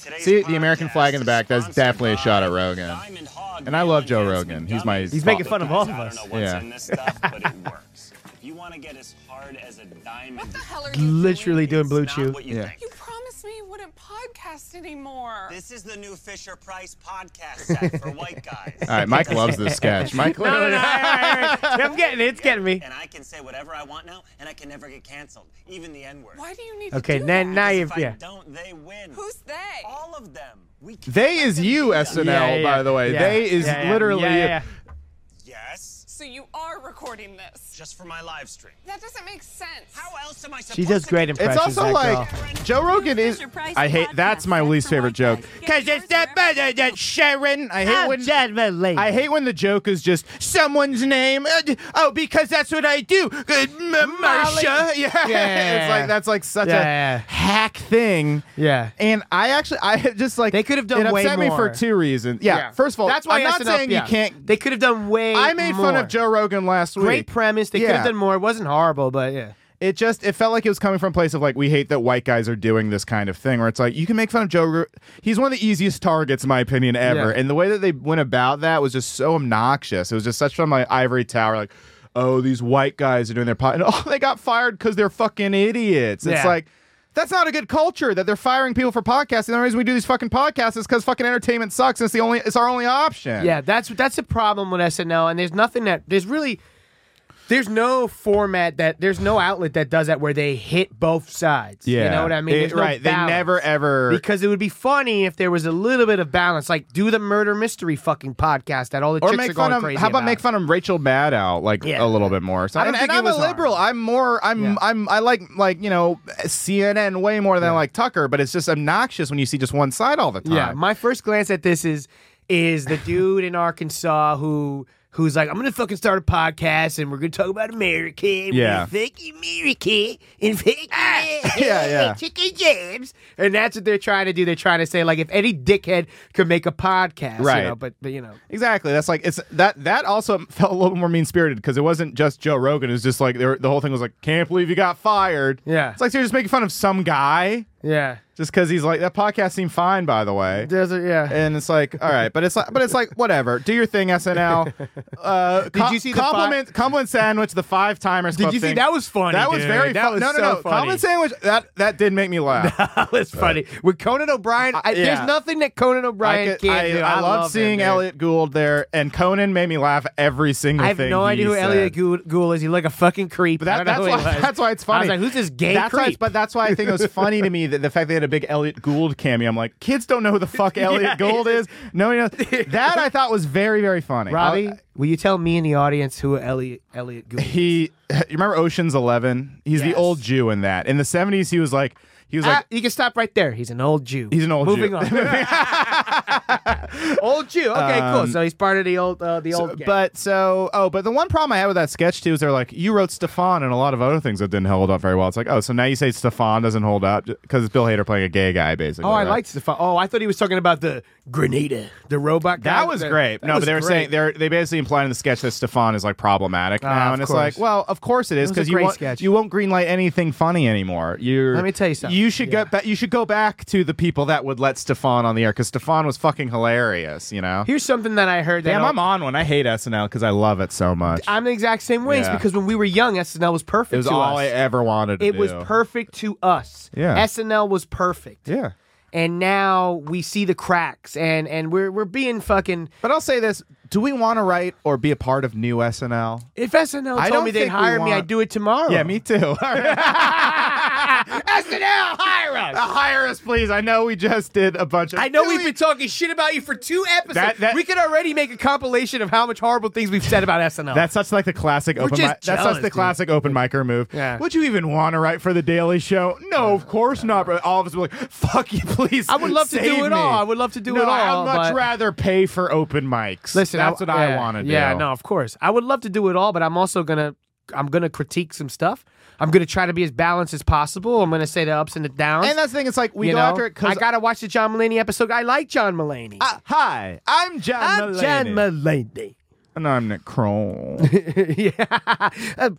[SPEAKER 5] today's
[SPEAKER 1] See, the American
[SPEAKER 5] podcast
[SPEAKER 1] flag in the
[SPEAKER 5] is
[SPEAKER 1] back, that's
[SPEAKER 5] sponsored
[SPEAKER 1] definitely a shot at
[SPEAKER 5] by
[SPEAKER 1] Rogan.
[SPEAKER 5] Diamond Hog
[SPEAKER 1] And I love Joe
[SPEAKER 5] Mail and Gas
[SPEAKER 1] Rogan. He's
[SPEAKER 5] McDonald's.
[SPEAKER 1] my- He's
[SPEAKER 2] making fun of all of
[SPEAKER 5] Guys,
[SPEAKER 2] us.
[SPEAKER 5] I don't know what's
[SPEAKER 1] Yeah.
[SPEAKER 5] in this stuff, but it works. If you want to get as hard as a diamond,
[SPEAKER 6] What the hell are you
[SPEAKER 2] Literally doing
[SPEAKER 5] it's
[SPEAKER 2] Blue
[SPEAKER 5] not
[SPEAKER 2] Chew.
[SPEAKER 5] what you
[SPEAKER 1] Yeah.
[SPEAKER 5] think.
[SPEAKER 6] You promised me wouldn't podcast anymore.
[SPEAKER 7] This is the new Fisher Price podcast set for white guys.
[SPEAKER 1] All right, Mike loves this sketch. Mike,
[SPEAKER 2] No, no, no. I- I- I- I'm getting it. It's getting me.
[SPEAKER 7] And I can say whatever I want now, and I can never get canceled, even the N word.
[SPEAKER 6] Why do you need
[SPEAKER 2] Okay,
[SPEAKER 6] to do
[SPEAKER 2] now,
[SPEAKER 6] that?
[SPEAKER 2] now you've
[SPEAKER 7] If I
[SPEAKER 2] yeah.
[SPEAKER 7] don't, they win.
[SPEAKER 6] Who's they?
[SPEAKER 7] all of them? We can-
[SPEAKER 1] they is you,
[SPEAKER 2] Yeah,
[SPEAKER 1] SNL.
[SPEAKER 2] yeah, yeah.
[SPEAKER 1] by the way,
[SPEAKER 2] Yeah.
[SPEAKER 1] they is
[SPEAKER 2] Yeah, yeah.
[SPEAKER 1] literally.
[SPEAKER 2] Yeah,
[SPEAKER 1] you.
[SPEAKER 2] yeah,
[SPEAKER 7] Yes,
[SPEAKER 6] So you are recording this.
[SPEAKER 7] just for my live stream.
[SPEAKER 6] That doesn't make sense.
[SPEAKER 7] How else am I supposed?
[SPEAKER 2] She does
[SPEAKER 7] to
[SPEAKER 2] great
[SPEAKER 7] get-
[SPEAKER 1] It's
[SPEAKER 2] impressions.
[SPEAKER 1] also
[SPEAKER 2] that
[SPEAKER 1] like
[SPEAKER 2] girl.
[SPEAKER 1] Joe Rogan is.
[SPEAKER 8] Fisher Price
[SPEAKER 1] I hate.
[SPEAKER 8] podcast
[SPEAKER 1] That's my
[SPEAKER 8] set
[SPEAKER 1] least
[SPEAKER 8] for
[SPEAKER 1] favorite
[SPEAKER 8] white guys.
[SPEAKER 1] joke.
[SPEAKER 8] Get
[SPEAKER 1] Cause it's
[SPEAKER 8] yours
[SPEAKER 1] that
[SPEAKER 8] wherever-
[SPEAKER 1] mother that Sharon. I hate when. I hate when the joke is just someone's name. Uh, d- Oh, because that's what I do. Good, M- Marsha. Yeah.
[SPEAKER 2] Yeah.
[SPEAKER 1] it's like that's like such
[SPEAKER 2] Yeah.
[SPEAKER 1] a hack thing.
[SPEAKER 2] Yeah.
[SPEAKER 1] And I actually, I just like
[SPEAKER 2] They could have done
[SPEAKER 1] it
[SPEAKER 2] way
[SPEAKER 1] upset me
[SPEAKER 2] more.
[SPEAKER 1] for two reasons. Yeah, first of all,
[SPEAKER 2] that's why
[SPEAKER 1] I'm not
[SPEAKER 2] SNL
[SPEAKER 1] saying
[SPEAKER 2] yeah.
[SPEAKER 1] you can't.
[SPEAKER 2] They could have done way.
[SPEAKER 1] I made fun
[SPEAKER 2] more.
[SPEAKER 1] of Joe Rogan last
[SPEAKER 2] Great
[SPEAKER 1] week.
[SPEAKER 2] premise. They could have
[SPEAKER 1] Yeah.
[SPEAKER 2] done more. It wasn't horrible, but yeah.
[SPEAKER 1] it just it felt like it was coming from a place of like we hate that white guys are doing this kind of thing where it's like you can make fun of Joe. Ro- He's one of the easiest targets, in my opinion, ever.
[SPEAKER 2] Yeah.
[SPEAKER 1] And the way that they went about that was just so obnoxious. It was just such from like ivory tower, like oh these white guys are doing their pot, and oh they got fired because they're fucking idiots. It's
[SPEAKER 2] Yeah.
[SPEAKER 1] like. That's not a good culture that they're firing people for podcasting. The only reason we do these fucking podcasts is because fucking entertainment sucks. And it's the only, it's our only option.
[SPEAKER 2] Yeah, that's that's a problem with SNL, and there's nothing that there's really there's no format that there's no outlet that does that where they hit both sides.
[SPEAKER 1] Yeah.
[SPEAKER 2] you know what I mean.
[SPEAKER 1] It-
[SPEAKER 2] There's no
[SPEAKER 1] right.
[SPEAKER 2] balance.
[SPEAKER 1] They never ever.
[SPEAKER 2] because it would be funny if there was a little bit of balance, like do the murder mystery fucking podcast that all the
[SPEAKER 1] or
[SPEAKER 2] chicks
[SPEAKER 1] make
[SPEAKER 2] are going
[SPEAKER 1] fun of.
[SPEAKER 2] crazy.
[SPEAKER 1] How about make fun of Rachel Maddow like
[SPEAKER 2] Yeah.
[SPEAKER 1] a little bit more? So,
[SPEAKER 2] I don't
[SPEAKER 1] and,
[SPEAKER 2] think
[SPEAKER 1] and
[SPEAKER 2] it
[SPEAKER 1] I'm
[SPEAKER 2] was
[SPEAKER 1] a liberal. I'm more. I'm.
[SPEAKER 2] Yeah.
[SPEAKER 1] I'm. I like like you know CNN way more than I like Tucker. But it's just obnoxious when you see just one side all the time.
[SPEAKER 2] Yeah, my first glance at this is is the dude in Arkansas who who's like, I'm gonna fucking start a podcast and we're gonna talk about America. and we're
[SPEAKER 1] Yeah.
[SPEAKER 2] gonna fake America and fake
[SPEAKER 1] Yeah, yeah.
[SPEAKER 2] chicken jams. And that's what they're trying to do. They're trying to say like, if any dickhead could make a podcast, you
[SPEAKER 1] Right.
[SPEAKER 2] know, but but you know,
[SPEAKER 1] Exactly. That's like it's that that also felt a little more mean spirited because it wasn't just Joe Rogan. It was just like they were, the whole thing was like, can't believe you got fired.
[SPEAKER 2] Yeah.
[SPEAKER 1] It's like so you're just making fun of some guy
[SPEAKER 2] yeah,
[SPEAKER 1] just because he's like that podcast seemed fine by the way.
[SPEAKER 2] there's a, yeah.
[SPEAKER 1] and it's like all right but it's like but it's like whatever do your thing snl uh did
[SPEAKER 2] you see the fi-
[SPEAKER 1] compliment compliment sandwich the five timers
[SPEAKER 2] Did you see that was funny?
[SPEAKER 1] that was
[SPEAKER 2] dude.
[SPEAKER 1] very
[SPEAKER 2] that
[SPEAKER 1] fun.
[SPEAKER 2] was
[SPEAKER 1] no, no,
[SPEAKER 2] so
[SPEAKER 1] no.
[SPEAKER 2] funny.
[SPEAKER 1] Compliment sandwich. That that did make me laugh.
[SPEAKER 2] that was funny with Conan O'Brien. I,
[SPEAKER 1] yeah.
[SPEAKER 2] There's nothing that Conan
[SPEAKER 1] I,
[SPEAKER 2] O'Brien
[SPEAKER 1] could-
[SPEAKER 2] can't
[SPEAKER 1] I,
[SPEAKER 2] do.
[SPEAKER 1] I love,
[SPEAKER 2] him,
[SPEAKER 1] seeing
[SPEAKER 2] dude.
[SPEAKER 1] Elliot Gould there, and Conan made me laugh every single
[SPEAKER 2] I have
[SPEAKER 1] thing.
[SPEAKER 2] no
[SPEAKER 1] he
[SPEAKER 2] idea who
[SPEAKER 1] said.
[SPEAKER 2] Elliot Gould, Gould is. He looked like a fucking creep.
[SPEAKER 1] But that,
[SPEAKER 2] I don't
[SPEAKER 1] that's
[SPEAKER 2] know who he
[SPEAKER 1] why
[SPEAKER 2] was.
[SPEAKER 1] that's why it's funny.
[SPEAKER 2] I was like, who's this gay
[SPEAKER 1] that's why it's-
[SPEAKER 2] creep?
[SPEAKER 1] but that's why I think it was funny to me that the fact they had a big Elliot Gould cameo. I'm like, kids don't know who the fuck Elliot Gould is. No, you know that I thought was very very funny.
[SPEAKER 2] Robbie,
[SPEAKER 1] I'll-
[SPEAKER 2] will you tell me and the audience who Elliot Elliot Gould? is?
[SPEAKER 1] he you remember Ocean's 11? He's the
[SPEAKER 2] Yes.
[SPEAKER 1] old Jew in that. In the 70s he was like he was
[SPEAKER 2] Ah,
[SPEAKER 1] like
[SPEAKER 2] you can stop right there. He's an old Jew.
[SPEAKER 1] He's an old
[SPEAKER 2] Moving
[SPEAKER 1] Jew.
[SPEAKER 2] on. old Jew. Okay, cool.
[SPEAKER 1] Um,
[SPEAKER 2] So he's part of the old uh, the old.
[SPEAKER 1] so-
[SPEAKER 2] gang.
[SPEAKER 1] but so oh, but the one problem I had with that sketch too is they're like you wrote Stefan and a lot of other things that didn't hold up very well. It's like, "Oh, so now you say Stefan doesn't hold up because it's Bill Hader playing a gay guy basically."
[SPEAKER 2] oh, I
[SPEAKER 1] right?
[SPEAKER 2] liked the. Fu- oh, I thought he was talking about the Grenada, the robot. guy.
[SPEAKER 1] That was
[SPEAKER 2] The-
[SPEAKER 1] great.
[SPEAKER 2] that
[SPEAKER 1] no,
[SPEAKER 2] was
[SPEAKER 1] but they were
[SPEAKER 2] great. Ah,
[SPEAKER 1] saying they're they basically implied in the sketch that Stefan is like problematic now,
[SPEAKER 2] of
[SPEAKER 1] and it's
[SPEAKER 2] course.
[SPEAKER 1] like, well, of course it is
[SPEAKER 2] It was a
[SPEAKER 1] because you
[SPEAKER 2] great
[SPEAKER 1] won't
[SPEAKER 2] sketch.
[SPEAKER 1] you won't greenlight anything funny anymore. You
[SPEAKER 2] Let me tell you something.
[SPEAKER 1] You should
[SPEAKER 2] Yeah.
[SPEAKER 1] go back. You should go back to the people that would let Stefan on the air because Stefan was fucking hilarious. You know.
[SPEAKER 2] Here's something that I heard. That
[SPEAKER 1] Damn,
[SPEAKER 2] I'll-
[SPEAKER 1] I'm on one. I hate SNL because I love it so much.
[SPEAKER 2] I'm the exact same way. It's
[SPEAKER 1] Yeah.
[SPEAKER 2] because when we were young, SNL was perfect.
[SPEAKER 1] it was
[SPEAKER 2] to
[SPEAKER 1] all
[SPEAKER 2] us.
[SPEAKER 1] I ever wanted. to
[SPEAKER 2] It was
[SPEAKER 1] do.
[SPEAKER 2] perfect to us.
[SPEAKER 1] Yeah.
[SPEAKER 2] SNL was perfect.
[SPEAKER 1] Yeah.
[SPEAKER 2] And now we see the cracks and and we're we're being fucking
[SPEAKER 1] But I'll say this: Do we want to write or be a part of new SNL?
[SPEAKER 2] if SNL told
[SPEAKER 1] don't
[SPEAKER 2] me they'd
[SPEAKER 1] think we
[SPEAKER 2] hire me,
[SPEAKER 1] want-
[SPEAKER 2] I'd do it tomorrow.
[SPEAKER 1] Yeah, me too. All right.
[SPEAKER 2] SNL hire us.
[SPEAKER 1] Uh, Hire us, please. I know we just did a bunch of.
[SPEAKER 2] I know
[SPEAKER 1] Do
[SPEAKER 2] we've
[SPEAKER 1] we-
[SPEAKER 2] been talking shit about you for two episodes.
[SPEAKER 1] That- that-
[SPEAKER 2] we could already make a compilation of how much horrible things we've said about SNL.
[SPEAKER 1] That's such like the classic open.
[SPEAKER 2] just
[SPEAKER 1] mic that's such
[SPEAKER 2] jealous,
[SPEAKER 1] the
[SPEAKER 2] dude.
[SPEAKER 1] classic open micer move.
[SPEAKER 2] Yeah.
[SPEAKER 1] Would you even want to write for the Daily Show? No, of course not. But all of us were like, "Fuck you, please."
[SPEAKER 2] I would love to do
[SPEAKER 1] save
[SPEAKER 2] it
[SPEAKER 1] me."
[SPEAKER 2] all. I would love to do
[SPEAKER 1] no,
[SPEAKER 2] it all,
[SPEAKER 1] I'd much
[SPEAKER 2] but-
[SPEAKER 1] rather pay for open mics.
[SPEAKER 2] Listen,
[SPEAKER 1] that's what I
[SPEAKER 2] yeah,
[SPEAKER 1] want to do.
[SPEAKER 2] Yeah, no, of course. I would love to do it all, but I'm also gonna I'm gonna critique some stuff. I'm gonna try to be as balanced as possible. I'm gonna say the ups and the downs.
[SPEAKER 1] And that's the thing. It's like we
[SPEAKER 2] you
[SPEAKER 1] go
[SPEAKER 2] know?
[SPEAKER 1] after it
[SPEAKER 2] I
[SPEAKER 1] because.
[SPEAKER 2] gotta watch the John Mulaney episode. I like John Mulaney.
[SPEAKER 1] hi, I'm John.
[SPEAKER 2] I'm
[SPEAKER 1] Mulaney.
[SPEAKER 2] John Mulaney.
[SPEAKER 1] and I'm Nick Kroll.
[SPEAKER 2] yeah. Um,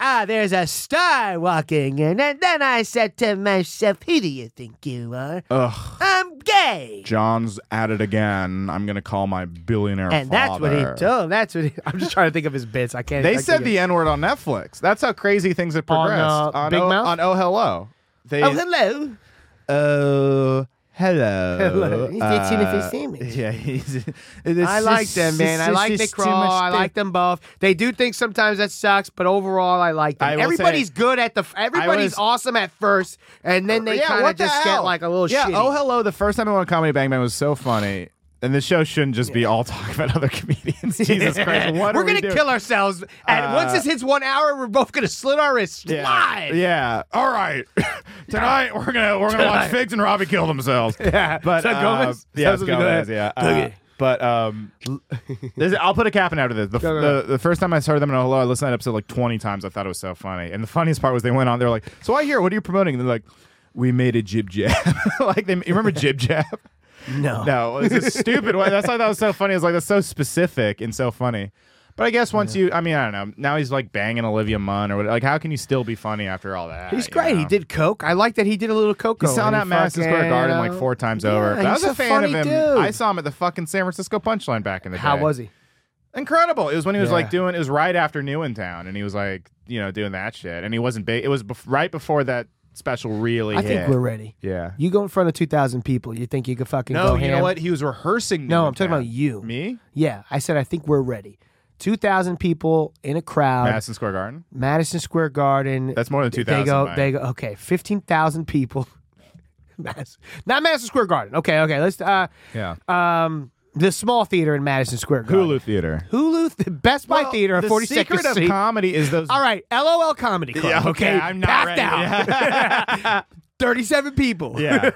[SPEAKER 2] Ah, there's a star walking in, and then I said to myself, "Who do you think you are?
[SPEAKER 1] Ugh,
[SPEAKER 2] I'm gay."
[SPEAKER 1] John's at it again. I'm gonna call my billionaire.
[SPEAKER 2] And that's what he
[SPEAKER 1] father.
[SPEAKER 2] told. That's what he, I'm just trying to think of his bits. I can't. I
[SPEAKER 1] They
[SPEAKER 2] can't
[SPEAKER 1] said
[SPEAKER 2] get-
[SPEAKER 1] the N word on Netflix. That's how crazy things have
[SPEAKER 2] On,
[SPEAKER 1] progressed.
[SPEAKER 2] uh, Big
[SPEAKER 1] oh,
[SPEAKER 2] Mouth?
[SPEAKER 1] on Oh Hello. They,
[SPEAKER 2] Oh, hello.
[SPEAKER 1] Oh, hello. Uh,
[SPEAKER 2] Hello. He's eating a fish sandwich.
[SPEAKER 1] Yeah, he's,
[SPEAKER 2] I like them, man. I like Nick Crawl. I like them both. They do think sometimes that sucks, but overall, I like
[SPEAKER 1] I will
[SPEAKER 2] them.
[SPEAKER 1] say-
[SPEAKER 2] Everybody's good at the. f- Everybody's
[SPEAKER 1] was-
[SPEAKER 2] awesome at first, and then they kind of just get like a little
[SPEAKER 1] yeah.
[SPEAKER 2] shitty.
[SPEAKER 1] Oh, hello. The first time I went to Comedy Bang Bang was so funny. And the show shouldn't just be all talk about other comedians. Jesus Christ, what
[SPEAKER 2] we're
[SPEAKER 1] are
[SPEAKER 2] gonna
[SPEAKER 1] we doing? Uh,
[SPEAKER 2] kill ourselves. And once this hits one hour, we're both gonna slit our wrists
[SPEAKER 1] Yeah.
[SPEAKER 2] live.
[SPEAKER 1] Yeah. All right. Tonight we're gonna we're gonna watch Figs and Robbie kill themselves. Yeah. But
[SPEAKER 2] that
[SPEAKER 1] uh,
[SPEAKER 2] Gomez?
[SPEAKER 1] Yeah, it's
[SPEAKER 2] Is that
[SPEAKER 1] Gomez.
[SPEAKER 2] Gomez?
[SPEAKER 1] Yeah. Uh, but um, there's, I'll put a cap in after this. The,
[SPEAKER 2] go,
[SPEAKER 1] the, the first time I started them in a hello, I listened to that episode like 20 times. I thought it was so funny. And the funniest part was they went on. They're like, "So I hear, what are you promoting?" And they're like, "We made a jib jab." like they, you remember jib jab?
[SPEAKER 2] No.
[SPEAKER 1] No, it's a stupid one. That's why that was so funny. It's like that's so specific and so funny. But I guess once you, I mean, I don't know. Now he's like banging Olivia Munn or what, like, how can you still be funny after all that?
[SPEAKER 2] He's
[SPEAKER 1] you
[SPEAKER 2] great. He
[SPEAKER 1] know?
[SPEAKER 2] did coke. I like that he did a little coke.
[SPEAKER 1] He sold out Madison Square Garden like four times over.
[SPEAKER 2] Yeah,
[SPEAKER 1] But I
[SPEAKER 2] he's
[SPEAKER 1] was a,
[SPEAKER 2] a
[SPEAKER 1] fan of
[SPEAKER 2] funny
[SPEAKER 1] him.
[SPEAKER 2] dude.
[SPEAKER 1] I saw him at the fucking San Francisco Punchline back in the day.
[SPEAKER 2] How was he?
[SPEAKER 1] Incredible. It was when he was
[SPEAKER 2] Yeah.
[SPEAKER 1] like doing. It was right after Newtown, and he was like, you know, doing that shit. And he wasn't big. It was bef- right before that special really
[SPEAKER 2] I
[SPEAKER 1] hit.
[SPEAKER 2] think we're ready.
[SPEAKER 1] yeah.
[SPEAKER 2] You go in front of two thousand people. You think you could fucking
[SPEAKER 1] no,
[SPEAKER 2] go
[SPEAKER 1] you know
[SPEAKER 2] ham?
[SPEAKER 1] what? He was rehearsing.
[SPEAKER 2] No, I'm talking
[SPEAKER 1] Newtown.
[SPEAKER 2] about you.
[SPEAKER 1] Me?
[SPEAKER 2] Yeah, I said I think we're ready. Two thousand people in a crowd,
[SPEAKER 1] Madison Square Garden.
[SPEAKER 2] Madison Square Garden.
[SPEAKER 1] That's more than
[SPEAKER 2] They
[SPEAKER 1] 2,000,
[SPEAKER 2] go.
[SPEAKER 1] Mike.
[SPEAKER 2] They go. Okay, fifteen thousand people. Madison- Not Madison Square Garden. Okay, okay. Let's. Uh,
[SPEAKER 1] Yeah.
[SPEAKER 2] um, the small theater in Madison Square Garden.
[SPEAKER 1] Theater.
[SPEAKER 2] Hulu, the Best Buy
[SPEAKER 1] Well,
[SPEAKER 2] Theater,
[SPEAKER 1] the
[SPEAKER 2] Forty Second
[SPEAKER 1] secret of
[SPEAKER 2] Street.
[SPEAKER 1] comedy is those.
[SPEAKER 2] All right, LOL Comedy Club.
[SPEAKER 1] Yeah, okay,
[SPEAKER 2] okay,
[SPEAKER 1] I'm not
[SPEAKER 2] packed
[SPEAKER 1] ready.
[SPEAKER 2] out. Thirty-seven people.
[SPEAKER 1] Yeah.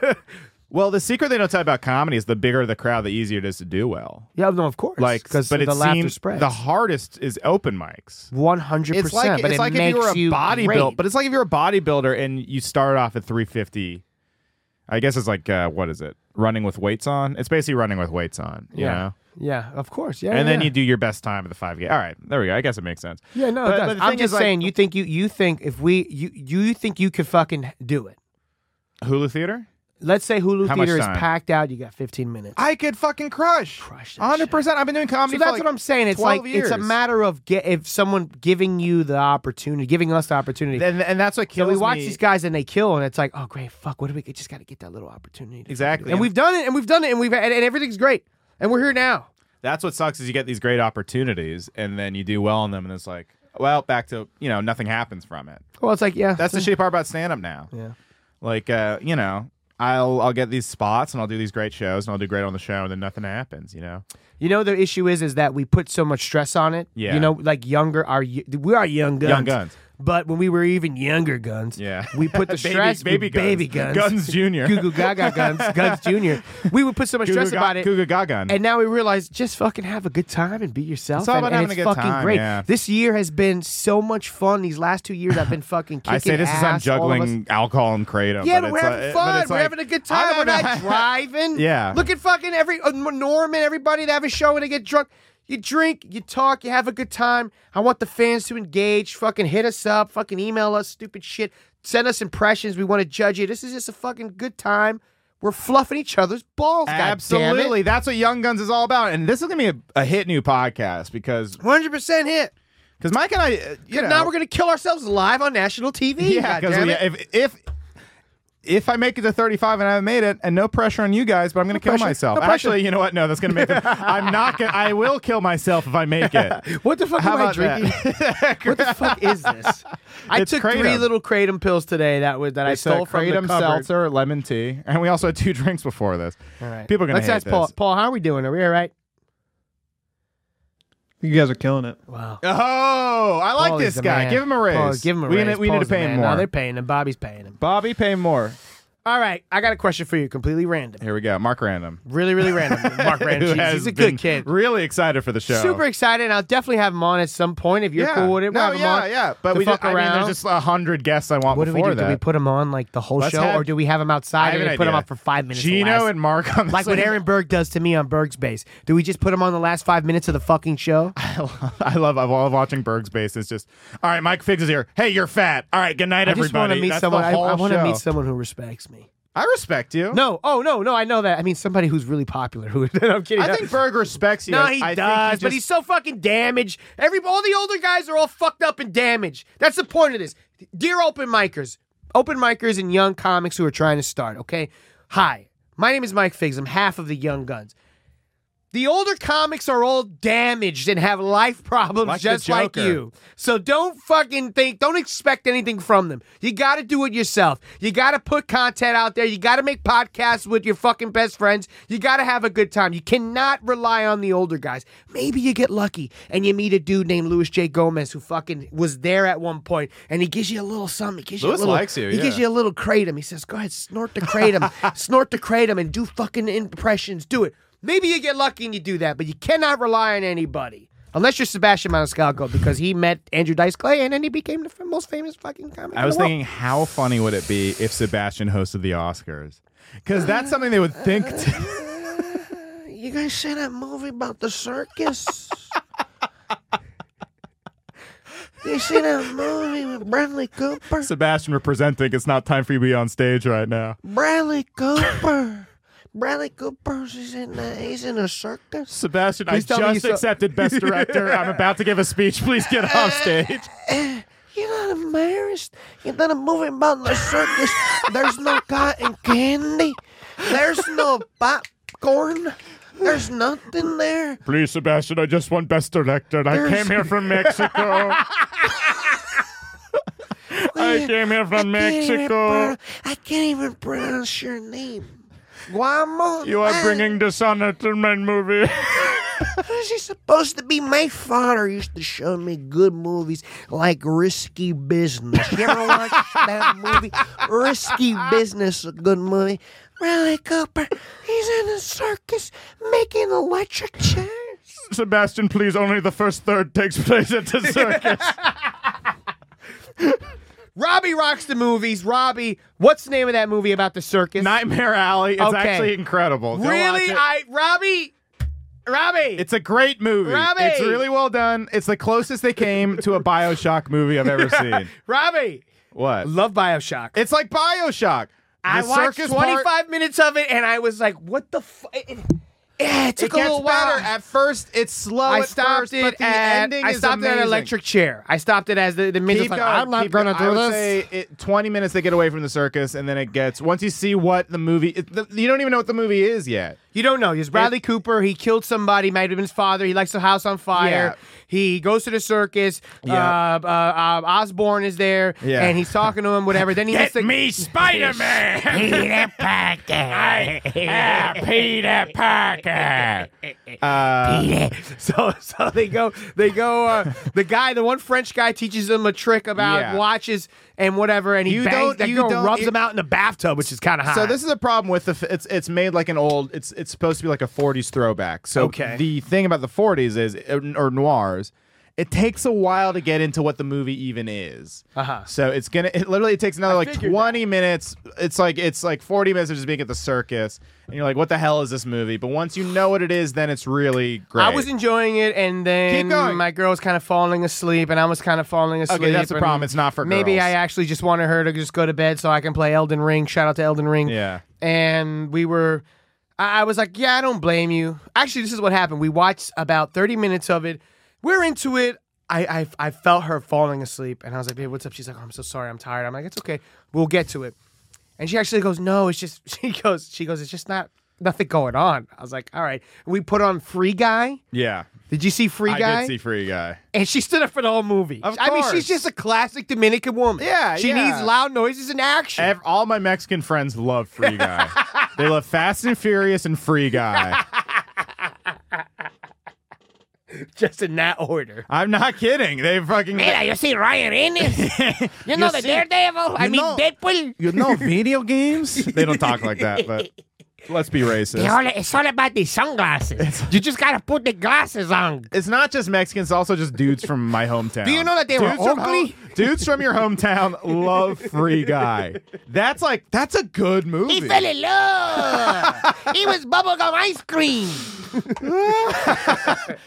[SPEAKER 1] well, the secret they don't tell about comedy is the bigger the crowd, the easier it is to do well.
[SPEAKER 2] yeah. No, of course.
[SPEAKER 1] Like,
[SPEAKER 2] because
[SPEAKER 1] but
[SPEAKER 2] the
[SPEAKER 1] it
[SPEAKER 2] laughter
[SPEAKER 1] seems
[SPEAKER 2] spreads.
[SPEAKER 1] the hardest is open mics.
[SPEAKER 2] One hundred
[SPEAKER 1] It's like
[SPEAKER 2] percent. But
[SPEAKER 1] it's
[SPEAKER 2] it
[SPEAKER 1] like if
[SPEAKER 2] makes
[SPEAKER 1] you were a
[SPEAKER 2] great.
[SPEAKER 1] bodybuilder, but it's like if you're a bodybuilder and you start off at 350. I guess it's like uh, what is it? Running with weights on. It's basically running with weights on. You
[SPEAKER 2] yeah,
[SPEAKER 1] know.
[SPEAKER 2] yeah, of course. Yeah,
[SPEAKER 1] And then
[SPEAKER 2] yeah.
[SPEAKER 1] you do your best time at the five k. All right, there we go. I guess it makes sense.
[SPEAKER 2] Yeah, no,
[SPEAKER 1] But-
[SPEAKER 2] it
[SPEAKER 1] but
[SPEAKER 2] does.
[SPEAKER 1] the
[SPEAKER 2] I'm
[SPEAKER 1] thing
[SPEAKER 2] just
[SPEAKER 1] is, like,
[SPEAKER 2] saying. You think you you think if we you you think you could fucking do it?
[SPEAKER 1] Hulu Theater.
[SPEAKER 2] Let's say Hulu
[SPEAKER 1] How much
[SPEAKER 2] Theater is
[SPEAKER 1] time?
[SPEAKER 2] packed out. You got 15 minutes.
[SPEAKER 1] I could fucking crush.
[SPEAKER 2] Crush that
[SPEAKER 1] 100%. I've been doing comedy for
[SPEAKER 2] so that's
[SPEAKER 1] like
[SPEAKER 2] what I'm saying. It's
[SPEAKER 1] 12
[SPEAKER 2] like it's a
[SPEAKER 1] years.
[SPEAKER 2] matter of get if someone giving you the opportunity, giving us the opportunity.
[SPEAKER 1] And, and that's what
[SPEAKER 2] so
[SPEAKER 1] kills
[SPEAKER 2] we watch
[SPEAKER 1] me.
[SPEAKER 2] these guys and they kill, and it's like, oh great, fuck, what do we? we Just got to get that little opportunity. to
[SPEAKER 1] Exactly.
[SPEAKER 2] fucking do it. And we've done it, and we've done it, and we've and, and everything's great, and we're here now.
[SPEAKER 1] That's what sucks is you get these great opportunities and then you do well on them and it's like, well, back to, you know, nothing happens from it.
[SPEAKER 2] Well, it's like yeah,
[SPEAKER 1] That's the shitty part about stand up now.
[SPEAKER 2] Yeah.
[SPEAKER 1] Like, uh, you know, I'll I'll get these spots and I'll do these great shows and I'll do great on the show and then nothing happens, you know?
[SPEAKER 2] You know the issue is is that we put so much stress on it.
[SPEAKER 1] Yeah.
[SPEAKER 2] You know, like younger our y- we are young guns.
[SPEAKER 1] Young guns.
[SPEAKER 2] But when we were even younger guns,
[SPEAKER 1] Yeah.
[SPEAKER 2] we put the
[SPEAKER 1] Baby-
[SPEAKER 2] stress
[SPEAKER 1] baby
[SPEAKER 2] with baby
[SPEAKER 1] guns.
[SPEAKER 2] guns,
[SPEAKER 1] Guns Junior.
[SPEAKER 2] Goo Goo Gaga guns, Guns Junior. We would put so much stress about it.
[SPEAKER 1] Guga Gagan.
[SPEAKER 2] And now we realize just fucking have a good time and be yourself.
[SPEAKER 1] It's all
[SPEAKER 2] and,
[SPEAKER 1] about
[SPEAKER 2] and
[SPEAKER 1] having
[SPEAKER 2] it's
[SPEAKER 1] a good
[SPEAKER 2] fucking
[SPEAKER 1] time,
[SPEAKER 2] great.
[SPEAKER 1] yeah.
[SPEAKER 2] This year has been so much fun. These last two years, I've been fucking kicking
[SPEAKER 1] I say this
[SPEAKER 2] ass,
[SPEAKER 1] as I'm
[SPEAKER 2] all of us.
[SPEAKER 1] juggling alcohol and kratom.
[SPEAKER 2] Yeah,
[SPEAKER 1] but
[SPEAKER 2] but we're
[SPEAKER 1] it's, uh,
[SPEAKER 2] having
[SPEAKER 1] but
[SPEAKER 2] fun.
[SPEAKER 1] it's
[SPEAKER 2] We're
[SPEAKER 1] like,
[SPEAKER 2] having a good time.
[SPEAKER 1] I'm
[SPEAKER 2] we're not,
[SPEAKER 1] not-
[SPEAKER 2] driving.
[SPEAKER 1] Yeah.
[SPEAKER 2] Look at fucking every uh, Norman, everybody that have a show and they get drunk. You drink, you talk, you have a good time. I want the fans to engage. Fucking hit us up. Fucking email us stupid shit. Send us impressions. We want to judge you. This is just a fucking good time. We're fluffing each other's balls.
[SPEAKER 1] Absolutely. That's what Young Guns is all about. And this is going to be a, a hit new podcast because
[SPEAKER 2] Hundred percent hit.
[SPEAKER 1] because Mike and I, uh, you know,
[SPEAKER 2] Now we're gonna kill ourselves live on national TV.
[SPEAKER 1] yeah,
[SPEAKER 2] goddammit.
[SPEAKER 1] we- if if if I make it to 35 and I haven't made it, and no pressure on you guys, but I'm going to kill
[SPEAKER 2] pressure.
[SPEAKER 1] myself.
[SPEAKER 2] No pressure.
[SPEAKER 1] Actually, you know what? No, that's going to make. Them, I'm not going. to I will kill myself if I make it.
[SPEAKER 2] What the fuck
[SPEAKER 1] How
[SPEAKER 2] am I
[SPEAKER 1] about
[SPEAKER 2] drinking?
[SPEAKER 1] that?
[SPEAKER 2] What the fuck is this? I
[SPEAKER 1] It's
[SPEAKER 2] took three
[SPEAKER 1] kratom.
[SPEAKER 2] little kratom pills today. That was that I
[SPEAKER 1] I
[SPEAKER 2] stole from the
[SPEAKER 1] kratom
[SPEAKER 2] cupboard.
[SPEAKER 1] seltzer, lemon tea, and we also had two drinks before this.
[SPEAKER 2] All right.
[SPEAKER 1] People are going to
[SPEAKER 2] Let's
[SPEAKER 1] hate
[SPEAKER 2] ask Paul.
[SPEAKER 1] this.
[SPEAKER 2] Paul, how are we doing? Are we all right?
[SPEAKER 4] You guys are killing it.
[SPEAKER 2] Wow.
[SPEAKER 1] Oh, I like
[SPEAKER 2] Paul is
[SPEAKER 1] this
[SPEAKER 2] the
[SPEAKER 1] guy.
[SPEAKER 2] man.
[SPEAKER 1] Give him a raise.
[SPEAKER 2] Paul, give him a
[SPEAKER 1] we
[SPEAKER 2] raise.
[SPEAKER 1] Need, we need to
[SPEAKER 2] Paul's the
[SPEAKER 1] pay him
[SPEAKER 2] man. No,
[SPEAKER 1] more.
[SPEAKER 2] they're paying him. Bobby's paying him.
[SPEAKER 1] Bobby, pay him more.
[SPEAKER 2] All right. I got a question for you. Completely random.
[SPEAKER 1] Here we go. Mark Random.
[SPEAKER 2] Really, really random. Mark
[SPEAKER 1] Who
[SPEAKER 2] Random. Jeez,
[SPEAKER 1] has
[SPEAKER 2] He's a
[SPEAKER 1] been
[SPEAKER 2] good kid.
[SPEAKER 1] Really excited for the show.
[SPEAKER 2] Super excited. and I'll definitely have him on at some point if you're
[SPEAKER 1] yeah.
[SPEAKER 2] cool with it. We'll
[SPEAKER 1] No,
[SPEAKER 2] have him
[SPEAKER 1] yeah,
[SPEAKER 2] on
[SPEAKER 1] yeah. But
[SPEAKER 2] to
[SPEAKER 1] we
[SPEAKER 2] fuck
[SPEAKER 1] just, I mean,
[SPEAKER 2] around.
[SPEAKER 1] there's just a hundred guests I want
[SPEAKER 2] what do we
[SPEAKER 1] before
[SPEAKER 2] do?
[SPEAKER 1] that.
[SPEAKER 2] Do we put him on like the whole
[SPEAKER 1] Let's
[SPEAKER 2] show,
[SPEAKER 1] have-
[SPEAKER 2] or do we have him
[SPEAKER 1] I
[SPEAKER 2] outside
[SPEAKER 1] have
[SPEAKER 2] and
[SPEAKER 1] an
[SPEAKER 2] then put him
[SPEAKER 1] idea.
[SPEAKER 2] up for five minutes? of the
[SPEAKER 1] Gino
[SPEAKER 2] last-
[SPEAKER 1] and Mark on the
[SPEAKER 2] like what
[SPEAKER 1] same-
[SPEAKER 2] Aaron Berg does to me on Berg's base. Do we just put him on the last five minutes of the fucking show?
[SPEAKER 1] I love, I love, I love watching Berg's base. It's just, all right, Mike Figs is here. Hey, you're fat. All right, good night,
[SPEAKER 2] I just
[SPEAKER 1] everybody.
[SPEAKER 2] to meet
[SPEAKER 1] That's
[SPEAKER 2] someone.
[SPEAKER 1] The
[SPEAKER 2] I,
[SPEAKER 1] whole
[SPEAKER 2] want to
[SPEAKER 1] show.
[SPEAKER 2] meet someone who respects me.
[SPEAKER 1] I respect you.
[SPEAKER 2] No, oh no, no, I know that. I mean somebody who's really popular. Who I'm kidding.
[SPEAKER 1] I think Berg respects you.
[SPEAKER 2] no,
[SPEAKER 1] I-
[SPEAKER 2] he
[SPEAKER 1] I think
[SPEAKER 2] does, but
[SPEAKER 1] just-
[SPEAKER 2] he's so fucking damaged. Every all the older guys are all fucked up and damaged. That's the point of this. Dear open micers, open micers and young comics who are trying to start, okay? Hi, my name is Mike Figs. I'm half of the Young Guns. The older comics are all damaged and have life problems
[SPEAKER 1] Like the
[SPEAKER 2] just like
[SPEAKER 1] Joker.
[SPEAKER 2] you. So don't fucking think, don't expect anything from them. You got to do it yourself. You got to put content out there. You got to make podcasts with your fucking best friends. You got to have a good time. You cannot rely on the older guys. Maybe you get lucky and you meet a dude named Luis J. Gomez who fucking was there at one point and he gives you a little something. He gives you
[SPEAKER 1] Louis
[SPEAKER 2] a little,
[SPEAKER 1] likes you,
[SPEAKER 2] He gives
[SPEAKER 1] yeah.
[SPEAKER 2] you a little kratom. He says, "Go ahead, snort the kratom, snort the kratom, and do fucking impressions. Do it. Maybe you get lucky and you do that, but you cannot rely on anybody unless you're Sebastian Maniscalco because he met Andrew Dice Clay and then he became the f- most famous fucking comic. in
[SPEAKER 1] I was
[SPEAKER 2] the world.
[SPEAKER 1] thinking, how funny would it be if Sebastian hosted the Oscars? Because that's something they would think. To-
[SPEAKER 2] you guys see that movie about the circus? you see that movie with Bradley Cooper?
[SPEAKER 1] Sebastian representing. It's not time for you to be on stage right now.
[SPEAKER 2] Bradley Cooper. Bradley Cooper, he's in, the, he's in a circus.
[SPEAKER 1] Sebastian,
[SPEAKER 2] Please
[SPEAKER 1] I
[SPEAKER 2] tell
[SPEAKER 1] just
[SPEAKER 2] me you saw-
[SPEAKER 1] accepted Best Director. I'm about to give a speech. Please get off stage.
[SPEAKER 2] You're not embarrassed. You done a movie about the circus. There's no cotton candy. There's no popcorn. There's nothing there.
[SPEAKER 1] Please, Sebastian, I just won Best Director. and I
[SPEAKER 2] There's-
[SPEAKER 1] came here from Mexico. I came here from Mexico.
[SPEAKER 2] I can't even pronounce your name. Guamo. Ah,
[SPEAKER 1] You are bringing dishonor to my movie.
[SPEAKER 2] This is supposed to be my father used to show me good movies like Risky Business. You ever watch that movie? Risky Business, a good movie. Riley Cooper, he's in a circus making electric chairs.
[SPEAKER 1] Sebastian, please, only the first third takes place at the circus.
[SPEAKER 2] Robbie rocks the movies. Robbie, what's the name of that movie about the circus?
[SPEAKER 1] Nightmare Alley. It's
[SPEAKER 2] Okay.
[SPEAKER 1] actually incredible. Go watch
[SPEAKER 2] really?
[SPEAKER 1] it.
[SPEAKER 2] I Robbie, Robbie.
[SPEAKER 1] It's a great movie.
[SPEAKER 2] Robbie!
[SPEAKER 1] It's really well done. It's the closest they came to a Bioshock movie I've ever seen.
[SPEAKER 2] Robbie.
[SPEAKER 1] What?
[SPEAKER 2] Love Bioshock.
[SPEAKER 1] It's like Bioshock. The
[SPEAKER 2] I watched
[SPEAKER 1] circus
[SPEAKER 2] 25
[SPEAKER 1] part-
[SPEAKER 2] minutes of it and I was like, what the fuck? It, yeah, it
[SPEAKER 1] It
[SPEAKER 2] took a
[SPEAKER 1] gets
[SPEAKER 2] little while.
[SPEAKER 1] better. At first, it's slow.
[SPEAKER 2] I
[SPEAKER 1] at
[SPEAKER 2] stopped
[SPEAKER 1] first, but
[SPEAKER 2] it
[SPEAKER 1] the
[SPEAKER 2] at
[SPEAKER 1] ending
[SPEAKER 2] I
[SPEAKER 1] is
[SPEAKER 2] stopped it at
[SPEAKER 1] amazing.
[SPEAKER 2] electric chair. I stopped it as the the midget's
[SPEAKER 1] Keep
[SPEAKER 2] like,
[SPEAKER 1] going,
[SPEAKER 2] I'm not
[SPEAKER 1] keep
[SPEAKER 2] gonna
[SPEAKER 1] going.
[SPEAKER 2] do
[SPEAKER 1] I would
[SPEAKER 2] this.
[SPEAKER 1] say it, 20 minutes they get away from the circus, and then it gets once you see what the movie. It, the, you don't even know what the movie is yet.
[SPEAKER 2] you don't know. He's Bradley Cooper. He killed somebody. Might have been his father. He lights the house on
[SPEAKER 1] Yeah.
[SPEAKER 2] fire. He goes to the circus.
[SPEAKER 1] Yeah.
[SPEAKER 2] Uh, uh, uh, Osborne is there,
[SPEAKER 1] Yeah.
[SPEAKER 2] and he's talking to him. Whatever. Then he gets the,
[SPEAKER 1] Spider Man. Peter Parker. ah, Peter Parker.
[SPEAKER 2] So so they go they go uh, the guy the one French guy teaches them a trick about
[SPEAKER 1] Yeah.
[SPEAKER 2] watches and whatever and he
[SPEAKER 1] You
[SPEAKER 2] bangs,
[SPEAKER 1] don't-
[SPEAKER 2] that
[SPEAKER 1] you
[SPEAKER 2] girl
[SPEAKER 1] don't-
[SPEAKER 2] rubs
[SPEAKER 1] it-
[SPEAKER 2] them out in the bathtub which is kind of hot.
[SPEAKER 1] So this is a problem with the. F- it's it's made like an old. It's it's supposed to be like a '40s throwback. So
[SPEAKER 2] Okay.
[SPEAKER 1] the thing about the '40s is uh, or noirs, it takes a while to get into what the movie even is.
[SPEAKER 2] Uh-huh.
[SPEAKER 1] So it's gonna. It literally takes another like
[SPEAKER 2] figured
[SPEAKER 1] 20 minutes. It's like it's like 40 minutes of just being at the circus, and you're like, what the hell is this movie? But once you know what it is, then it's really great.
[SPEAKER 2] I was enjoying it, and then
[SPEAKER 1] Keep going.
[SPEAKER 2] my girl was kind of falling asleep, and I was kind of falling asleep.
[SPEAKER 1] that's the
[SPEAKER 2] and
[SPEAKER 1] problem. It's not for
[SPEAKER 2] maybe
[SPEAKER 1] girls.
[SPEAKER 2] I actually just wanted her to just go to bed so I can play Elden Ring. Shout out to Elden Ring.
[SPEAKER 1] Yeah.
[SPEAKER 2] And we were, I, I was like, yeah, I don't blame you. Actually, this is what happened. We watched about thirty minutes of it. We're into it. I, I I felt her falling asleep, and I was like, babe, what's up? She's like, oh, I'm so sorry. I'm tired. I'm like, it's okay. We'll get to it. And she actually goes, "No, it's just." She goes, "She goes, it's just not nothing going on." I was like, "All right." We put on Free Guy.
[SPEAKER 1] yeah.
[SPEAKER 2] Did you see Free
[SPEAKER 1] I
[SPEAKER 2] Guy?
[SPEAKER 1] did see Free Guy.
[SPEAKER 2] and she stood up for the whole movie.
[SPEAKER 1] Of
[SPEAKER 2] I mean, she's
[SPEAKER 1] course.
[SPEAKER 2] just a classic Dominican woman.
[SPEAKER 1] Yeah,
[SPEAKER 2] she
[SPEAKER 1] yeah.
[SPEAKER 2] needs loud noises and action.
[SPEAKER 1] Ev- all my Mexican friends love Free Guy. they love Fast and Furious and Free Guy.
[SPEAKER 2] just in that order.
[SPEAKER 1] I'm not kidding. They fucking.
[SPEAKER 3] you see Ryan Ennis? You know the Daredevil? I
[SPEAKER 1] you
[SPEAKER 3] mean
[SPEAKER 1] know-
[SPEAKER 3] Deadpool?
[SPEAKER 1] You know video games? they don't talk like that, but let's be racist.
[SPEAKER 3] They all- it's all about the sunglasses. You just gotta put the glasses on.
[SPEAKER 1] it's not just Mexicans, it's also just dudes from my hometown. Do
[SPEAKER 2] you know that they were
[SPEAKER 1] dudes from
[SPEAKER 2] ugly?
[SPEAKER 1] home- dudes from your hometown love Free Guy. That's like that's a good
[SPEAKER 3] He
[SPEAKER 1] movie.
[SPEAKER 3] fell in love. he was bubblegum ice cream.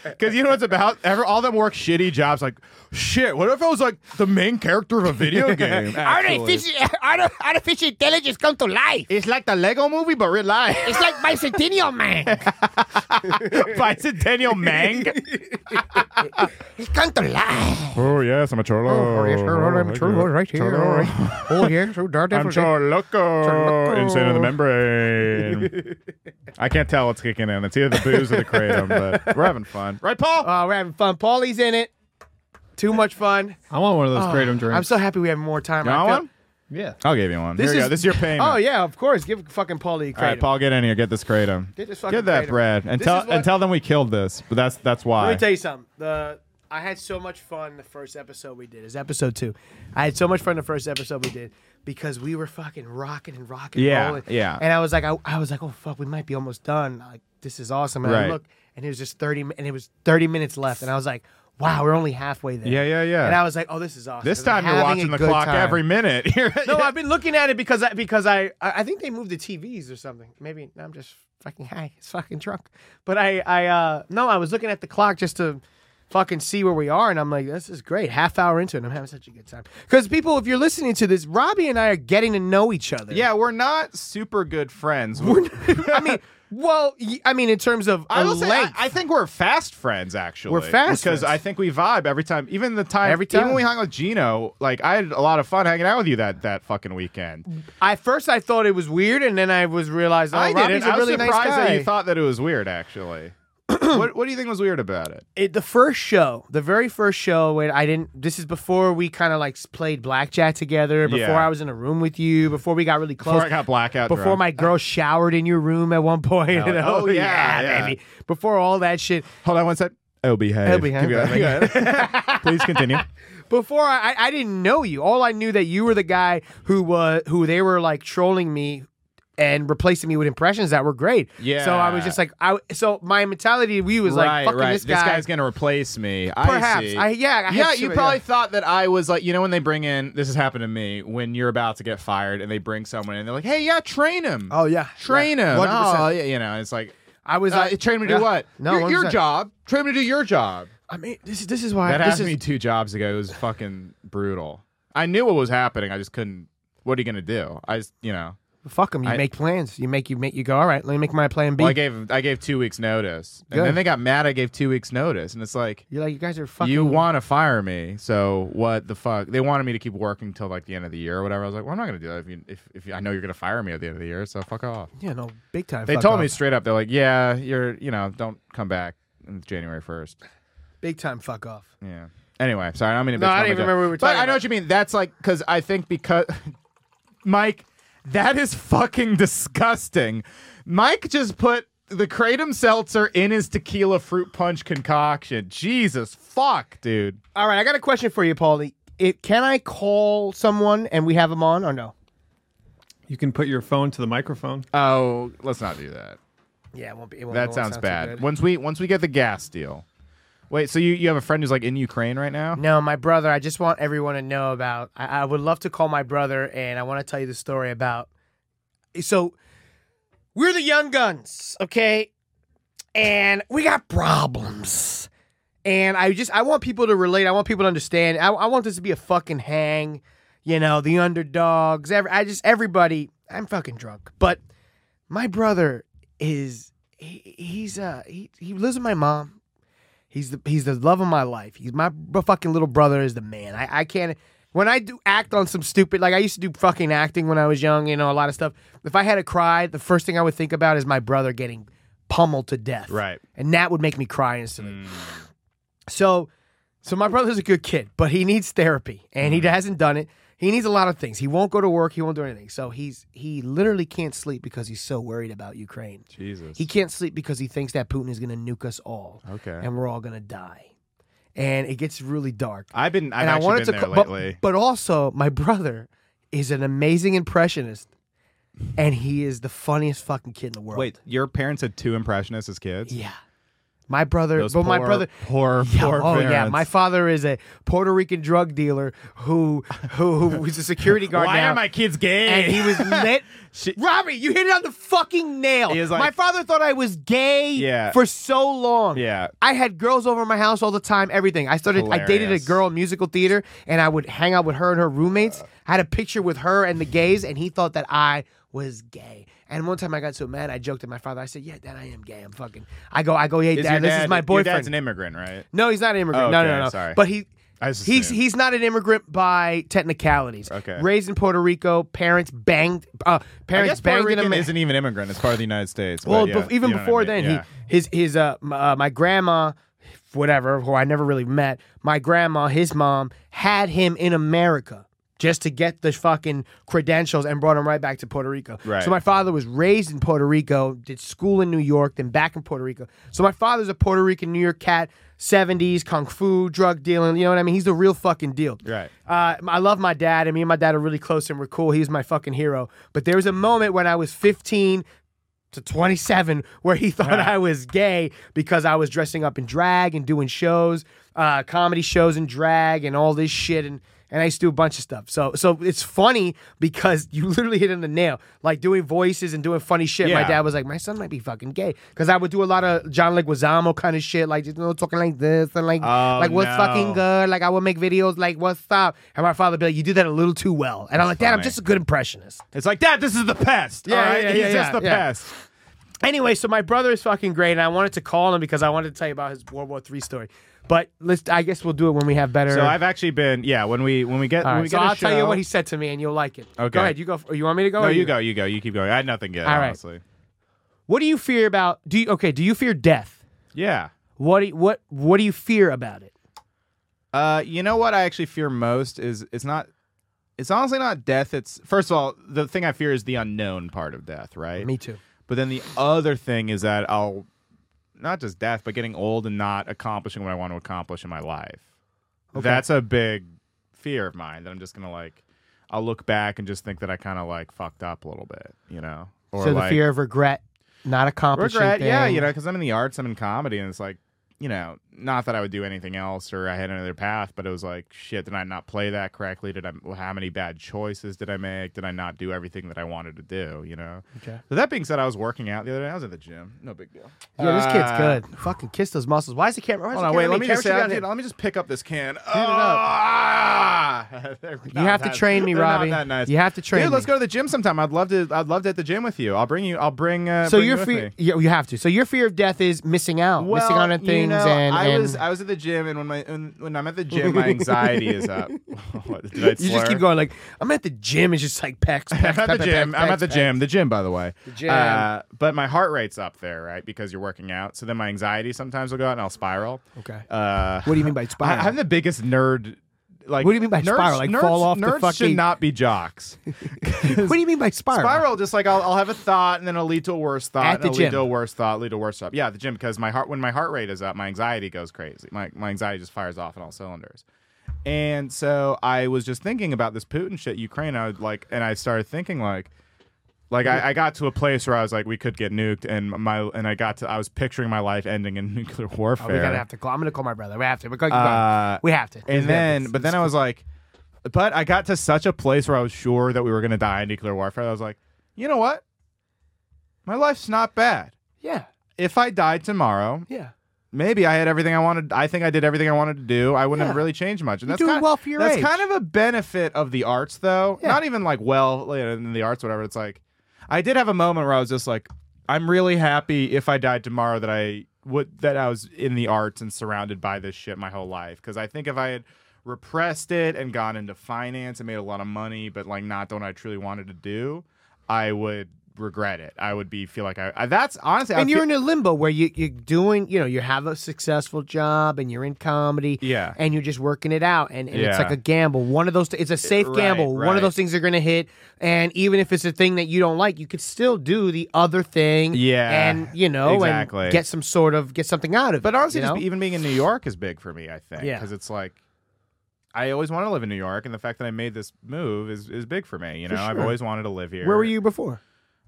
[SPEAKER 1] Because you know what it's about? Ever, all them work shitty jobs. Like, shit, what if I was like the main character of a video game? actually?
[SPEAKER 3] Artificial, arti- artificial intelligence come to life.
[SPEAKER 1] It's like the Lego movie, but real life.
[SPEAKER 3] It's like Bicentennial Man.
[SPEAKER 1] Bicentennial Mang.
[SPEAKER 3] It's come to life.
[SPEAKER 1] Oh, yes, I'm a cholo.
[SPEAKER 2] right here. All here. So darn
[SPEAKER 1] I'm Charloco. Insane in the membrane. I can't tell what's kicking in. It's either the booze or the kratom, but we're having fun. Right, Paul?
[SPEAKER 2] Oh, we're having fun. Paulie's in it. Too much fun.
[SPEAKER 4] I want one of those kratom drinks.
[SPEAKER 2] I'm so happy we have more time.
[SPEAKER 1] You
[SPEAKER 2] I
[SPEAKER 1] want
[SPEAKER 2] feel-
[SPEAKER 1] one?
[SPEAKER 4] yeah.
[SPEAKER 1] I'll give you one.
[SPEAKER 2] This
[SPEAKER 1] here you
[SPEAKER 2] is-
[SPEAKER 1] go. This is your payment.
[SPEAKER 2] Oh yeah, of course. Give fucking Paulie a
[SPEAKER 1] All right,
[SPEAKER 2] credit.
[SPEAKER 1] Paul, get in here. Get this kratom.
[SPEAKER 2] Get this fucking
[SPEAKER 1] Get that
[SPEAKER 2] kratom.
[SPEAKER 1] bread, and
[SPEAKER 2] This
[SPEAKER 1] tell
[SPEAKER 2] is what-
[SPEAKER 1] and tell them we killed this. But that's that's why.
[SPEAKER 2] Let me tell you something. The I had so much fun the first episode we did. It's episode two. I had so much fun the first episode we did because we were fucking rocking and rocking.
[SPEAKER 1] Yeah,
[SPEAKER 2] rolling.
[SPEAKER 1] yeah.
[SPEAKER 2] And I was like, I, I was like, oh fuck, we might be almost done. Like this is awesome. And I
[SPEAKER 1] Right.
[SPEAKER 2] looked, and it was just thirty, mi- and it was thirty minutes left, and I was like, wow, we're only halfway there.
[SPEAKER 1] Yeah, yeah, yeah.
[SPEAKER 2] And I was like, oh, this is awesome.
[SPEAKER 1] this
[SPEAKER 2] We're
[SPEAKER 1] time you're
[SPEAKER 2] having a
[SPEAKER 1] watching the
[SPEAKER 2] good
[SPEAKER 1] clock
[SPEAKER 2] time.
[SPEAKER 1] every minute. You're-
[SPEAKER 2] No, I've been looking at it because I because I I I think they moved the TVs or something. Maybe I'm just fucking high. It's fucking drunk. But I I uh no, I was looking at the clock just to fucking see where we are, and I'm like, this is great. Half hour into it, and I'm having such a good time. Because people, if you're listening to this, Robbie and I are getting to know each other.
[SPEAKER 1] yeah, we're not super good friends.
[SPEAKER 2] I mean, well, y- I mean, in terms of
[SPEAKER 1] I
[SPEAKER 2] a
[SPEAKER 1] will say, I,
[SPEAKER 2] length,
[SPEAKER 1] I think we're fast friends. Actually,
[SPEAKER 2] We're fast
[SPEAKER 1] because
[SPEAKER 2] friends.
[SPEAKER 1] I think we vibe every time. Even the time,
[SPEAKER 2] Every
[SPEAKER 1] even
[SPEAKER 2] time.
[SPEAKER 1] when we hung with Gino, like I had a lot of fun hanging out with you that that fucking weekend.
[SPEAKER 2] I, first I thought it was weird, and then I was realized, oh,
[SPEAKER 1] I didn't.
[SPEAKER 2] Robbie's
[SPEAKER 1] I
[SPEAKER 2] a
[SPEAKER 1] was
[SPEAKER 2] really nice
[SPEAKER 1] surprised
[SPEAKER 2] guy.
[SPEAKER 1] that you thought that it was weird. Actually, what what do you think was weird about it?
[SPEAKER 2] it, the first show, the very first show when I didn't. This is before we kind of like s- played blackjack together. Before
[SPEAKER 1] Yeah.
[SPEAKER 2] I was in a room with you. Before we got really close.
[SPEAKER 1] Before I got blackout.
[SPEAKER 2] before
[SPEAKER 1] drunk.
[SPEAKER 2] my girl showered in your room at one point. you know?
[SPEAKER 1] oh, yeah, yeah.
[SPEAKER 2] baby. Before all that shit.
[SPEAKER 1] Hold on one sec. Oh, behave.
[SPEAKER 2] Oh, behave.
[SPEAKER 1] Keep going. Please continue.
[SPEAKER 2] Before I, I, I didn't know you. All I knew that you were the guy who was who they were like trolling me. And replacing me with impressions that were great. So I was
[SPEAKER 1] Yeah.
[SPEAKER 2] just like, I. So my mentality to you was like,
[SPEAKER 1] right,
[SPEAKER 2] fucking
[SPEAKER 1] right.
[SPEAKER 2] this guy.
[SPEAKER 1] guy's gonna replace me.
[SPEAKER 2] Perhaps.
[SPEAKER 1] I, see.
[SPEAKER 2] I- yeah, I had
[SPEAKER 1] yeah.
[SPEAKER 2] to-
[SPEAKER 1] You probably
[SPEAKER 2] yeah.
[SPEAKER 1] thought that I was like, you know, when they bring in this has happened to me when you're about to get fired and they bring someone in, they're like, hey, yeah, train him.
[SPEAKER 2] Oh, yeah.
[SPEAKER 1] train
[SPEAKER 2] Yeah.
[SPEAKER 1] him.
[SPEAKER 2] 100%.
[SPEAKER 1] Oh, yeah, you know, it's like.
[SPEAKER 2] I was
[SPEAKER 1] uh,
[SPEAKER 2] like,
[SPEAKER 1] train him to
[SPEAKER 2] yeah.
[SPEAKER 1] do what?
[SPEAKER 2] No,
[SPEAKER 1] your, your
[SPEAKER 2] 100%.
[SPEAKER 1] job. Train him to do your job.
[SPEAKER 2] I mean, this is this is why
[SPEAKER 1] That
[SPEAKER 2] this
[SPEAKER 1] happened
[SPEAKER 2] is,
[SPEAKER 1] to me two jobs ago. It was fucking brutal. I knew what was happening. I just couldn't. What are you gonna do? I just, you know.
[SPEAKER 2] Fuck them. You
[SPEAKER 1] I-
[SPEAKER 2] make plans. You make you make you go. All right, let me make my plan B.
[SPEAKER 1] Well, I gave I gave two weeks notice, and
[SPEAKER 2] Good.
[SPEAKER 1] then they got mad. I gave two weeks notice, and it's like
[SPEAKER 2] You're like you guys are fucking.
[SPEAKER 1] you want to fire me, so what the fuck? They wanted me to keep working till like the end of the year or whatever. I was like, well, I'm not gonna do that if you, if, if you, I know you're gonna fire me at the end of the year, so fuck off.
[SPEAKER 2] Yeah, no, big time.
[SPEAKER 1] They
[SPEAKER 2] fuck
[SPEAKER 1] told
[SPEAKER 2] off.
[SPEAKER 1] me straight up, they're like, yeah, you're you know, don't come back on January first.
[SPEAKER 2] big time. Fuck off.
[SPEAKER 1] Yeah. Anyway, sorry, I don't mean to.
[SPEAKER 2] No,
[SPEAKER 1] bitch
[SPEAKER 2] I
[SPEAKER 1] about
[SPEAKER 2] didn't
[SPEAKER 1] my
[SPEAKER 2] even remember
[SPEAKER 1] job.
[SPEAKER 2] we were
[SPEAKER 1] But
[SPEAKER 2] talking
[SPEAKER 1] I know
[SPEAKER 2] about-
[SPEAKER 1] what you mean. That's like because I think because Mike, that is fucking disgusting. Mike just put the kratom seltzer in his tequila fruit punch concoction. Jesus fuck, dude.
[SPEAKER 2] All right, I got a question for you, Paulie. It can I call someone and we have them on or no?
[SPEAKER 4] You can put your phone to the microphone.
[SPEAKER 1] Oh, let's not do that.
[SPEAKER 2] Yeah, it won't be. It won't, it
[SPEAKER 1] That
[SPEAKER 2] won't
[SPEAKER 1] sounds
[SPEAKER 2] sound too
[SPEAKER 1] bad.
[SPEAKER 2] good.
[SPEAKER 1] Once we once we get the gas deal. Wait, so you you have a friend who's like in Ukraine right now?
[SPEAKER 2] No, my brother. I just want everyone to know about. I, I would love to call my brother, and I want to tell you the story about. So, we're the young guns, okay, and we got problems. And I just I want people to relate. I want people to understand. I, I want this to be a fucking hang, you know, the underdogs. Every, I just everybody. I'm fucking drunk, but my brother is he, he's uh he, he lives with my mom. He's the he's the love of my life. He's my b- fucking little brother is the man. I, I can't when I do act on some stupid like I used to do fucking acting when I was young, you know, a lot of stuff. If I had to cry, the first thing I would think about is my brother getting pummeled to death.
[SPEAKER 1] Right.
[SPEAKER 2] And that would make me cry instantly. So so my brother's a good kid, but he needs therapy and
[SPEAKER 1] Mm-hmm.
[SPEAKER 2] he hasn't done it. He needs a lot of things. He won't go to work, he won't do anything. So he's he literally can't sleep because he's so worried about Ukraine.
[SPEAKER 1] Jesus.
[SPEAKER 2] He can't sleep because he thinks that Putin is going to nuke us all.
[SPEAKER 1] Okay.
[SPEAKER 2] And we're all going to die. And it gets really dark.
[SPEAKER 1] I've been I've
[SPEAKER 2] and
[SPEAKER 1] actually been there
[SPEAKER 2] co- but-
[SPEAKER 1] lately.
[SPEAKER 2] But, also, my brother is an amazing impressionist. And he is the funniest fucking kid in the world.
[SPEAKER 1] Wait, your parents had two impressionists as kids?
[SPEAKER 2] Yeah. My brother,
[SPEAKER 1] Those
[SPEAKER 2] but my
[SPEAKER 1] poor-
[SPEAKER 2] brother,
[SPEAKER 1] poor,
[SPEAKER 2] Yeah,
[SPEAKER 1] poor
[SPEAKER 2] oh yeah,
[SPEAKER 1] parents.
[SPEAKER 2] my father is a Puerto Rican drug dealer who who who is a security guard
[SPEAKER 1] Why
[SPEAKER 2] now.
[SPEAKER 1] are my kids gay?
[SPEAKER 2] and he was lit.
[SPEAKER 1] She-
[SPEAKER 2] Robbie, you hit it on the fucking nail.
[SPEAKER 1] He was
[SPEAKER 2] my
[SPEAKER 1] like-
[SPEAKER 2] father thought I was gay
[SPEAKER 1] Yeah.
[SPEAKER 2] for so long.
[SPEAKER 1] Yeah.
[SPEAKER 2] I had girls over my house all the time, everything. I started I dated a
[SPEAKER 1] Hilarious.
[SPEAKER 2] girl in musical theater and I would hang out with her and her roommates. I had a picture with her and the gays, and he thought that I was gay. And one time I got so mad I joked at my father. I said, Yeah, Dad, I am gay. I'm fucking I go, I go, hey
[SPEAKER 1] Is
[SPEAKER 2] dad,
[SPEAKER 1] your
[SPEAKER 2] this is my
[SPEAKER 1] Your
[SPEAKER 2] boyfriend.
[SPEAKER 1] dad's an immigrant, right?
[SPEAKER 2] No, he's not an immigrant. no,
[SPEAKER 1] Okay,
[SPEAKER 2] no, no.
[SPEAKER 1] sorry.
[SPEAKER 2] But he
[SPEAKER 1] I just
[SPEAKER 2] He's
[SPEAKER 1] assumed.
[SPEAKER 2] he's not an immigrant by technicalities.
[SPEAKER 1] Okay.
[SPEAKER 2] Raised in Puerto Rico, parents banged. Uh,
[SPEAKER 1] I
[SPEAKER 2] parents
[SPEAKER 1] guess Puerto
[SPEAKER 2] banged in
[SPEAKER 1] Rican
[SPEAKER 2] Amer-
[SPEAKER 1] isn't even immigrant. It's part of the United States. but
[SPEAKER 2] Well,
[SPEAKER 1] yeah,
[SPEAKER 2] bef- even
[SPEAKER 1] you know what I
[SPEAKER 2] before
[SPEAKER 1] mean.
[SPEAKER 2] then,
[SPEAKER 1] Yeah.
[SPEAKER 2] he his his uh, m- uh my grandma, whatever, who I never really met. My grandma, his mom, had him in America just to get the fucking credentials and brought him right back to Puerto Rico.
[SPEAKER 1] Right.
[SPEAKER 2] So my father was raised in Puerto Rico, did school in New York, then back in Puerto Rico. So my father's a Puerto Rican New York cat, 70s kung fu, drug dealing, you know what I mean? He's the real fucking deal.
[SPEAKER 1] Right.
[SPEAKER 2] Uh, I love my dad, and me and my dad are really close and we're cool. He was my fucking hero. But there was a moment when I was 15 to 27 where he thought I was gay because I was dressing up in drag and doing shows, uh, comedy shows in drag and all this shit. And, and I used to do a bunch of stuff. So so it's funny because you literally hit on the nail, like doing voices and doing funny shit. My
[SPEAKER 1] Yeah.
[SPEAKER 2] dad was like, my son might be fucking gay because I would do a lot of John Leguizamo kind of shit, like just you know, talking like this and like
[SPEAKER 1] Oh,
[SPEAKER 2] like what's
[SPEAKER 1] no.
[SPEAKER 2] fucking good. Like I would make videos like what's up, and my father would be like, you do that a little too well. And I'm like, Dad, I'm
[SPEAKER 1] funny.
[SPEAKER 2] just a good impressionist.
[SPEAKER 1] It's like, Dad, this is the pest.
[SPEAKER 2] Yeah,
[SPEAKER 1] All right,
[SPEAKER 2] yeah,
[SPEAKER 1] he's
[SPEAKER 2] yeah,
[SPEAKER 1] just
[SPEAKER 2] yeah,
[SPEAKER 1] the
[SPEAKER 2] yeah.
[SPEAKER 1] pest.
[SPEAKER 2] Anyway, so my brother is fucking great, and I wanted to call him because I wanted to tell you about his World War III story. But let's, I guess we'll do it when we have better.
[SPEAKER 1] So I've actually been, yeah. When we when we get,
[SPEAKER 2] All
[SPEAKER 1] when
[SPEAKER 2] right,
[SPEAKER 1] we
[SPEAKER 2] so
[SPEAKER 1] get a
[SPEAKER 2] I'll tell you
[SPEAKER 1] show-
[SPEAKER 2] what he said to me, and you'll like it.
[SPEAKER 1] Okay.
[SPEAKER 2] Go ahead. You go. f- You want me to go?
[SPEAKER 1] No,
[SPEAKER 2] or
[SPEAKER 1] you go, you go, you keep going. I had nothing good.
[SPEAKER 2] All right.
[SPEAKER 1] honestly.
[SPEAKER 2] What do you fear about? Do you okay? Do you fear death?
[SPEAKER 1] Yeah.
[SPEAKER 2] What do you, what what do you fear about it?
[SPEAKER 1] Uh, you know what I actually fear most is it's not. It's honestly not death. It's first of all, the thing I fear is the unknown part of death, right?
[SPEAKER 2] Me too.
[SPEAKER 1] But then the other thing is that I'll not just death, but getting old and not accomplishing what I want to accomplish in my life. That's a big fear of mine that I'm just gonna like. I'll look back and just think that I kind of like fucked up a little bit, you know. Or
[SPEAKER 2] so
[SPEAKER 1] like,
[SPEAKER 2] the fear of regret, not accomplishing.
[SPEAKER 1] regret, yeah,
[SPEAKER 2] thing.
[SPEAKER 1] you know, because I'm in the arts, I'm in comedy, and it's like, you know, not that I would do anything else or I had another path, but it was like, shit, did I not play that correctly? Did I? How many bad choices did I make? Did I not do everything that I wanted to do? You know. Okay. So that being said, I was working out the other day. I was at the gym. No big deal.
[SPEAKER 2] Yeah, this
[SPEAKER 1] Uh,
[SPEAKER 2] kid's good. Fucking kiss those muscles. Why is the camera? Why is
[SPEAKER 1] Hold
[SPEAKER 2] the
[SPEAKER 1] on,
[SPEAKER 2] camera
[SPEAKER 1] wait. Let
[SPEAKER 2] me
[SPEAKER 1] me just say,
[SPEAKER 2] camera
[SPEAKER 1] I-
[SPEAKER 2] shut down?
[SPEAKER 1] dude, let me just pick up this can. Oh,
[SPEAKER 2] up.
[SPEAKER 1] ah! They're not
[SPEAKER 2] have to
[SPEAKER 1] that-
[SPEAKER 2] train me,
[SPEAKER 1] they're not
[SPEAKER 2] Robbie.
[SPEAKER 1] that nice.
[SPEAKER 2] You have to train
[SPEAKER 1] Dude, let's
[SPEAKER 2] me.
[SPEAKER 1] go to the gym sometime. I'd love to. I'd love to at the gym with you. I'll bring you. I'll bring. Uh,
[SPEAKER 2] So
[SPEAKER 1] bring
[SPEAKER 2] your
[SPEAKER 1] you with me.
[SPEAKER 2] fear, you, you have to. So your fear of death is missing out,
[SPEAKER 1] well,
[SPEAKER 2] missing out on things.
[SPEAKER 1] You know,
[SPEAKER 2] and,
[SPEAKER 1] I
[SPEAKER 2] and-
[SPEAKER 1] was I was at the gym, and when my when, when I'm at the gym, my anxiety is up. What, did I
[SPEAKER 2] you
[SPEAKER 1] slur?
[SPEAKER 2] just keep going like I'm at the gym. It's just like pecs. pecs
[SPEAKER 1] I'm at
[SPEAKER 2] pecs,
[SPEAKER 1] the gym.
[SPEAKER 2] pecs,
[SPEAKER 1] I'm
[SPEAKER 2] pecs,
[SPEAKER 1] at the
[SPEAKER 2] pecs.
[SPEAKER 1] gym. The gym, by the way. The
[SPEAKER 2] gym.
[SPEAKER 1] Uh, but my heart rate's up there, right? Because you're working out. So then my anxiety sometimes will go out, and I'll spiral.
[SPEAKER 2] Okay.
[SPEAKER 1] Uh,
[SPEAKER 2] What do you mean by
[SPEAKER 1] I,
[SPEAKER 2] spiral?
[SPEAKER 1] I'm the biggest nerd. Like,
[SPEAKER 2] What do you mean by
[SPEAKER 1] nerds,
[SPEAKER 2] spiral? Like,
[SPEAKER 1] nerds,
[SPEAKER 2] fall off the
[SPEAKER 1] Nerds should
[SPEAKER 2] fucking-
[SPEAKER 1] not be jocks.
[SPEAKER 2] what do you mean by spiral?
[SPEAKER 1] Spiral, just like I'll, I'll have a thought and then it'll lead to a worse thought,
[SPEAKER 2] At
[SPEAKER 1] and
[SPEAKER 2] the
[SPEAKER 1] it'll lead
[SPEAKER 2] gym.
[SPEAKER 1] to a worse thought, lead to a worse thought. Yeah, at the gym because my heart when my heart rate is up, my anxiety goes crazy. My my anxiety just fires off in all cylinders. And so I was just thinking about this Putin shit, Ukraine. I would like, and I started thinking like, like I, I got to a place where I was like, we could get nuked, and my and I got to I was picturing my life ending in nuclear warfare.
[SPEAKER 2] Oh, we gotta have to call. I'm gonna call my brother. We have to. We're gonna,
[SPEAKER 1] Uh,
[SPEAKER 2] we have to.
[SPEAKER 1] And then, but then I was like, but I got to such a place where I was sure that we were going to die in nuclear warfare. I was like, you know what? My life's not bad.
[SPEAKER 2] yeah,
[SPEAKER 1] If I died tomorrow,
[SPEAKER 2] yeah.
[SPEAKER 1] maybe I had everything I wanted. I think I did everything I wanted to do. I wouldn't have
[SPEAKER 2] Yeah.
[SPEAKER 1] really changed much. And
[SPEAKER 2] You're
[SPEAKER 1] that's
[SPEAKER 2] doing
[SPEAKER 1] kind
[SPEAKER 2] well for your
[SPEAKER 1] That's
[SPEAKER 2] age.
[SPEAKER 1] kind of a benefit of the arts, though.
[SPEAKER 2] Yeah.
[SPEAKER 1] Not even like well you know, in the arts, whatever. It's like I did have a moment where I was just like, I'm really happy if I died tomorrow that I would that I was in the arts and surrounded by this shit my whole life. Because I think if I had repressed it and gone into finance and made a lot of money, but like not done what I truly wanted to do, I would regret it. I would be feel like I, I that's honestly. I
[SPEAKER 2] And
[SPEAKER 1] feel-
[SPEAKER 2] you're in a limbo where you you're doing. You know, you have a successful job and you're in comedy.
[SPEAKER 1] Yeah.
[SPEAKER 2] And you're just working it out, and, and
[SPEAKER 1] Yeah.
[SPEAKER 2] it's like a gamble. One of those. It's a safe
[SPEAKER 1] Right,
[SPEAKER 2] gamble. One
[SPEAKER 1] right.
[SPEAKER 2] of those things are gonna hit, and even if it's a thing that you don't like, you could still do the other thing.
[SPEAKER 1] Yeah,
[SPEAKER 2] And you know,
[SPEAKER 1] exactly.
[SPEAKER 2] and get some sort of get something out of it.
[SPEAKER 1] But honestly,
[SPEAKER 2] you
[SPEAKER 1] just
[SPEAKER 2] know?
[SPEAKER 1] even being in New York is big for me. I think
[SPEAKER 2] Yeah.
[SPEAKER 1] because it's like I always want to live in New York, and the fact that I made this move is, is big for me. You know, I've always wanted to live here.
[SPEAKER 2] where were you before?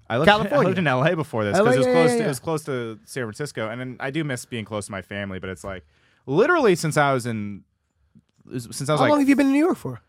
[SPEAKER 1] I lived,
[SPEAKER 2] California.
[SPEAKER 1] I lived in LA before this
[SPEAKER 2] LA,
[SPEAKER 1] because it was
[SPEAKER 2] yeah,
[SPEAKER 1] close.
[SPEAKER 2] yeah,
[SPEAKER 1] to,
[SPEAKER 2] yeah.
[SPEAKER 1] It was close to San Francisco, and then I do miss being close to my family. But it's like literally since I was in since I was
[SPEAKER 2] How
[SPEAKER 1] like
[SPEAKER 2] long have you been in New York for?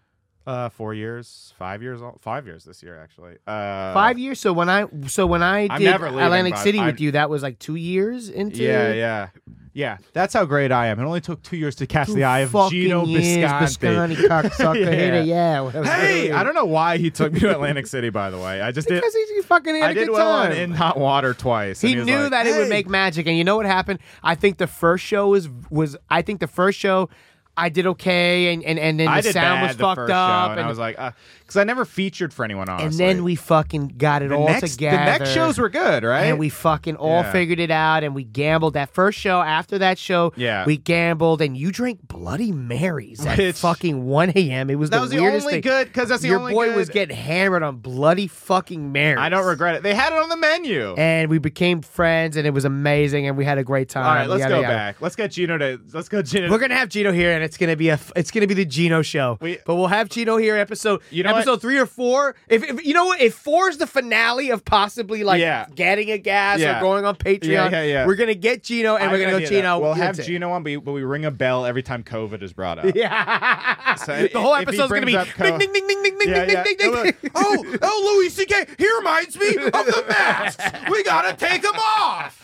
[SPEAKER 1] uh, four years, five years, old, five years this year actually. Uh,
[SPEAKER 2] Five years. So when I so when I
[SPEAKER 1] I'm
[SPEAKER 2] did
[SPEAKER 1] never leaving,
[SPEAKER 2] Atlantic
[SPEAKER 1] but
[SPEAKER 2] City
[SPEAKER 1] I'm-
[SPEAKER 2] with you, that was like two years into.
[SPEAKER 1] Yeah, yeah. Yeah, that's how great I am. It only took two years to catch
[SPEAKER 2] Two
[SPEAKER 1] the eye of
[SPEAKER 2] fucking
[SPEAKER 1] Gino
[SPEAKER 2] years,
[SPEAKER 1] Bisconti.
[SPEAKER 2] Biscotti cocksucker.
[SPEAKER 1] Yeah.
[SPEAKER 2] yeah. Hit it, yeah. whatever.
[SPEAKER 1] Hey, I don't know why he took me to Atlantic City. By the way, I just did.
[SPEAKER 2] Because he he fucking had
[SPEAKER 1] I
[SPEAKER 2] a
[SPEAKER 1] did
[SPEAKER 2] good
[SPEAKER 1] well on
[SPEAKER 2] time.
[SPEAKER 1] in hot water twice. and
[SPEAKER 2] he
[SPEAKER 1] was
[SPEAKER 2] knew
[SPEAKER 1] like,
[SPEAKER 2] that it would
[SPEAKER 1] "Hey."
[SPEAKER 2] make magic, and you know what happened? I think the first show was was I think the first show I did okay, and and and then the
[SPEAKER 1] I did
[SPEAKER 2] sound
[SPEAKER 1] bad
[SPEAKER 2] was
[SPEAKER 1] the
[SPEAKER 2] fucked
[SPEAKER 1] first show,
[SPEAKER 2] up,
[SPEAKER 1] and, I was like, because I never featured for anyone honestly.
[SPEAKER 2] and then we fucking got it
[SPEAKER 1] the
[SPEAKER 2] all
[SPEAKER 1] next,
[SPEAKER 2] together.
[SPEAKER 1] The next shows were good, right?
[SPEAKER 2] and we fucking all
[SPEAKER 1] Yeah.
[SPEAKER 2] figured it out, and we gambled that first show. After that show,
[SPEAKER 1] Yeah.
[SPEAKER 2] we gambled, and you drank Bloody Marys at
[SPEAKER 1] Which-
[SPEAKER 2] fucking one a.m. It was
[SPEAKER 1] that
[SPEAKER 2] the
[SPEAKER 1] was the
[SPEAKER 2] weirdest
[SPEAKER 1] only
[SPEAKER 2] thing.
[SPEAKER 1] good because that's the
[SPEAKER 2] Your
[SPEAKER 1] only
[SPEAKER 2] boy
[SPEAKER 1] good-
[SPEAKER 2] was getting hammered on Bloody fucking Marys.
[SPEAKER 1] I don't regret it. They had it on the menu.
[SPEAKER 2] And we became friends, and it was amazing, and we had a great time.
[SPEAKER 1] All right, let's
[SPEAKER 2] yada,
[SPEAKER 1] go
[SPEAKER 2] yada.
[SPEAKER 1] back. Let's get Gino to. Let's go Gino.
[SPEAKER 2] We're gonna have Gino here, and it's gonna be a f- it's gonna be the Gino show.
[SPEAKER 1] We-
[SPEAKER 2] but we'll have Gino here episode
[SPEAKER 1] You know
[SPEAKER 2] episode three or four. If, if you know what, if four is the finale of possibly like
[SPEAKER 1] Yeah.
[SPEAKER 2] getting a gas
[SPEAKER 1] Yeah.
[SPEAKER 2] or going on Patreon,
[SPEAKER 1] Yeah, yeah, yeah.
[SPEAKER 2] we're gonna get Gino and
[SPEAKER 1] I
[SPEAKER 2] we're
[SPEAKER 1] have
[SPEAKER 2] gonna
[SPEAKER 1] an
[SPEAKER 2] go
[SPEAKER 1] idea,
[SPEAKER 2] Gino.
[SPEAKER 1] though. We'll
[SPEAKER 2] you'll
[SPEAKER 1] have
[SPEAKER 2] take-
[SPEAKER 1] Gino on, but we- but we ring a bell every time COVID is brought up.
[SPEAKER 2] Yeah,
[SPEAKER 1] So
[SPEAKER 2] the whole
[SPEAKER 1] if he
[SPEAKER 2] episode's gonna be
[SPEAKER 1] brings up
[SPEAKER 2] ding
[SPEAKER 1] co-
[SPEAKER 2] ding ding ding ding ding
[SPEAKER 1] Yeah,
[SPEAKER 2] ding
[SPEAKER 1] yeah.
[SPEAKER 2] ding ding ding.
[SPEAKER 9] Oh, oh, Louis C.K. He reminds me of the masks. We gotta take them off.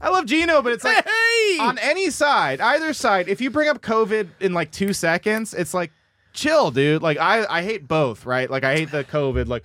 [SPEAKER 1] I love Gino, but it's like
[SPEAKER 2] Hey!
[SPEAKER 1] on any side, either side, if you bring up COVID in like two seconds, it's like chill, dude. Like I, I hate both, right? Like I hate the COVID, like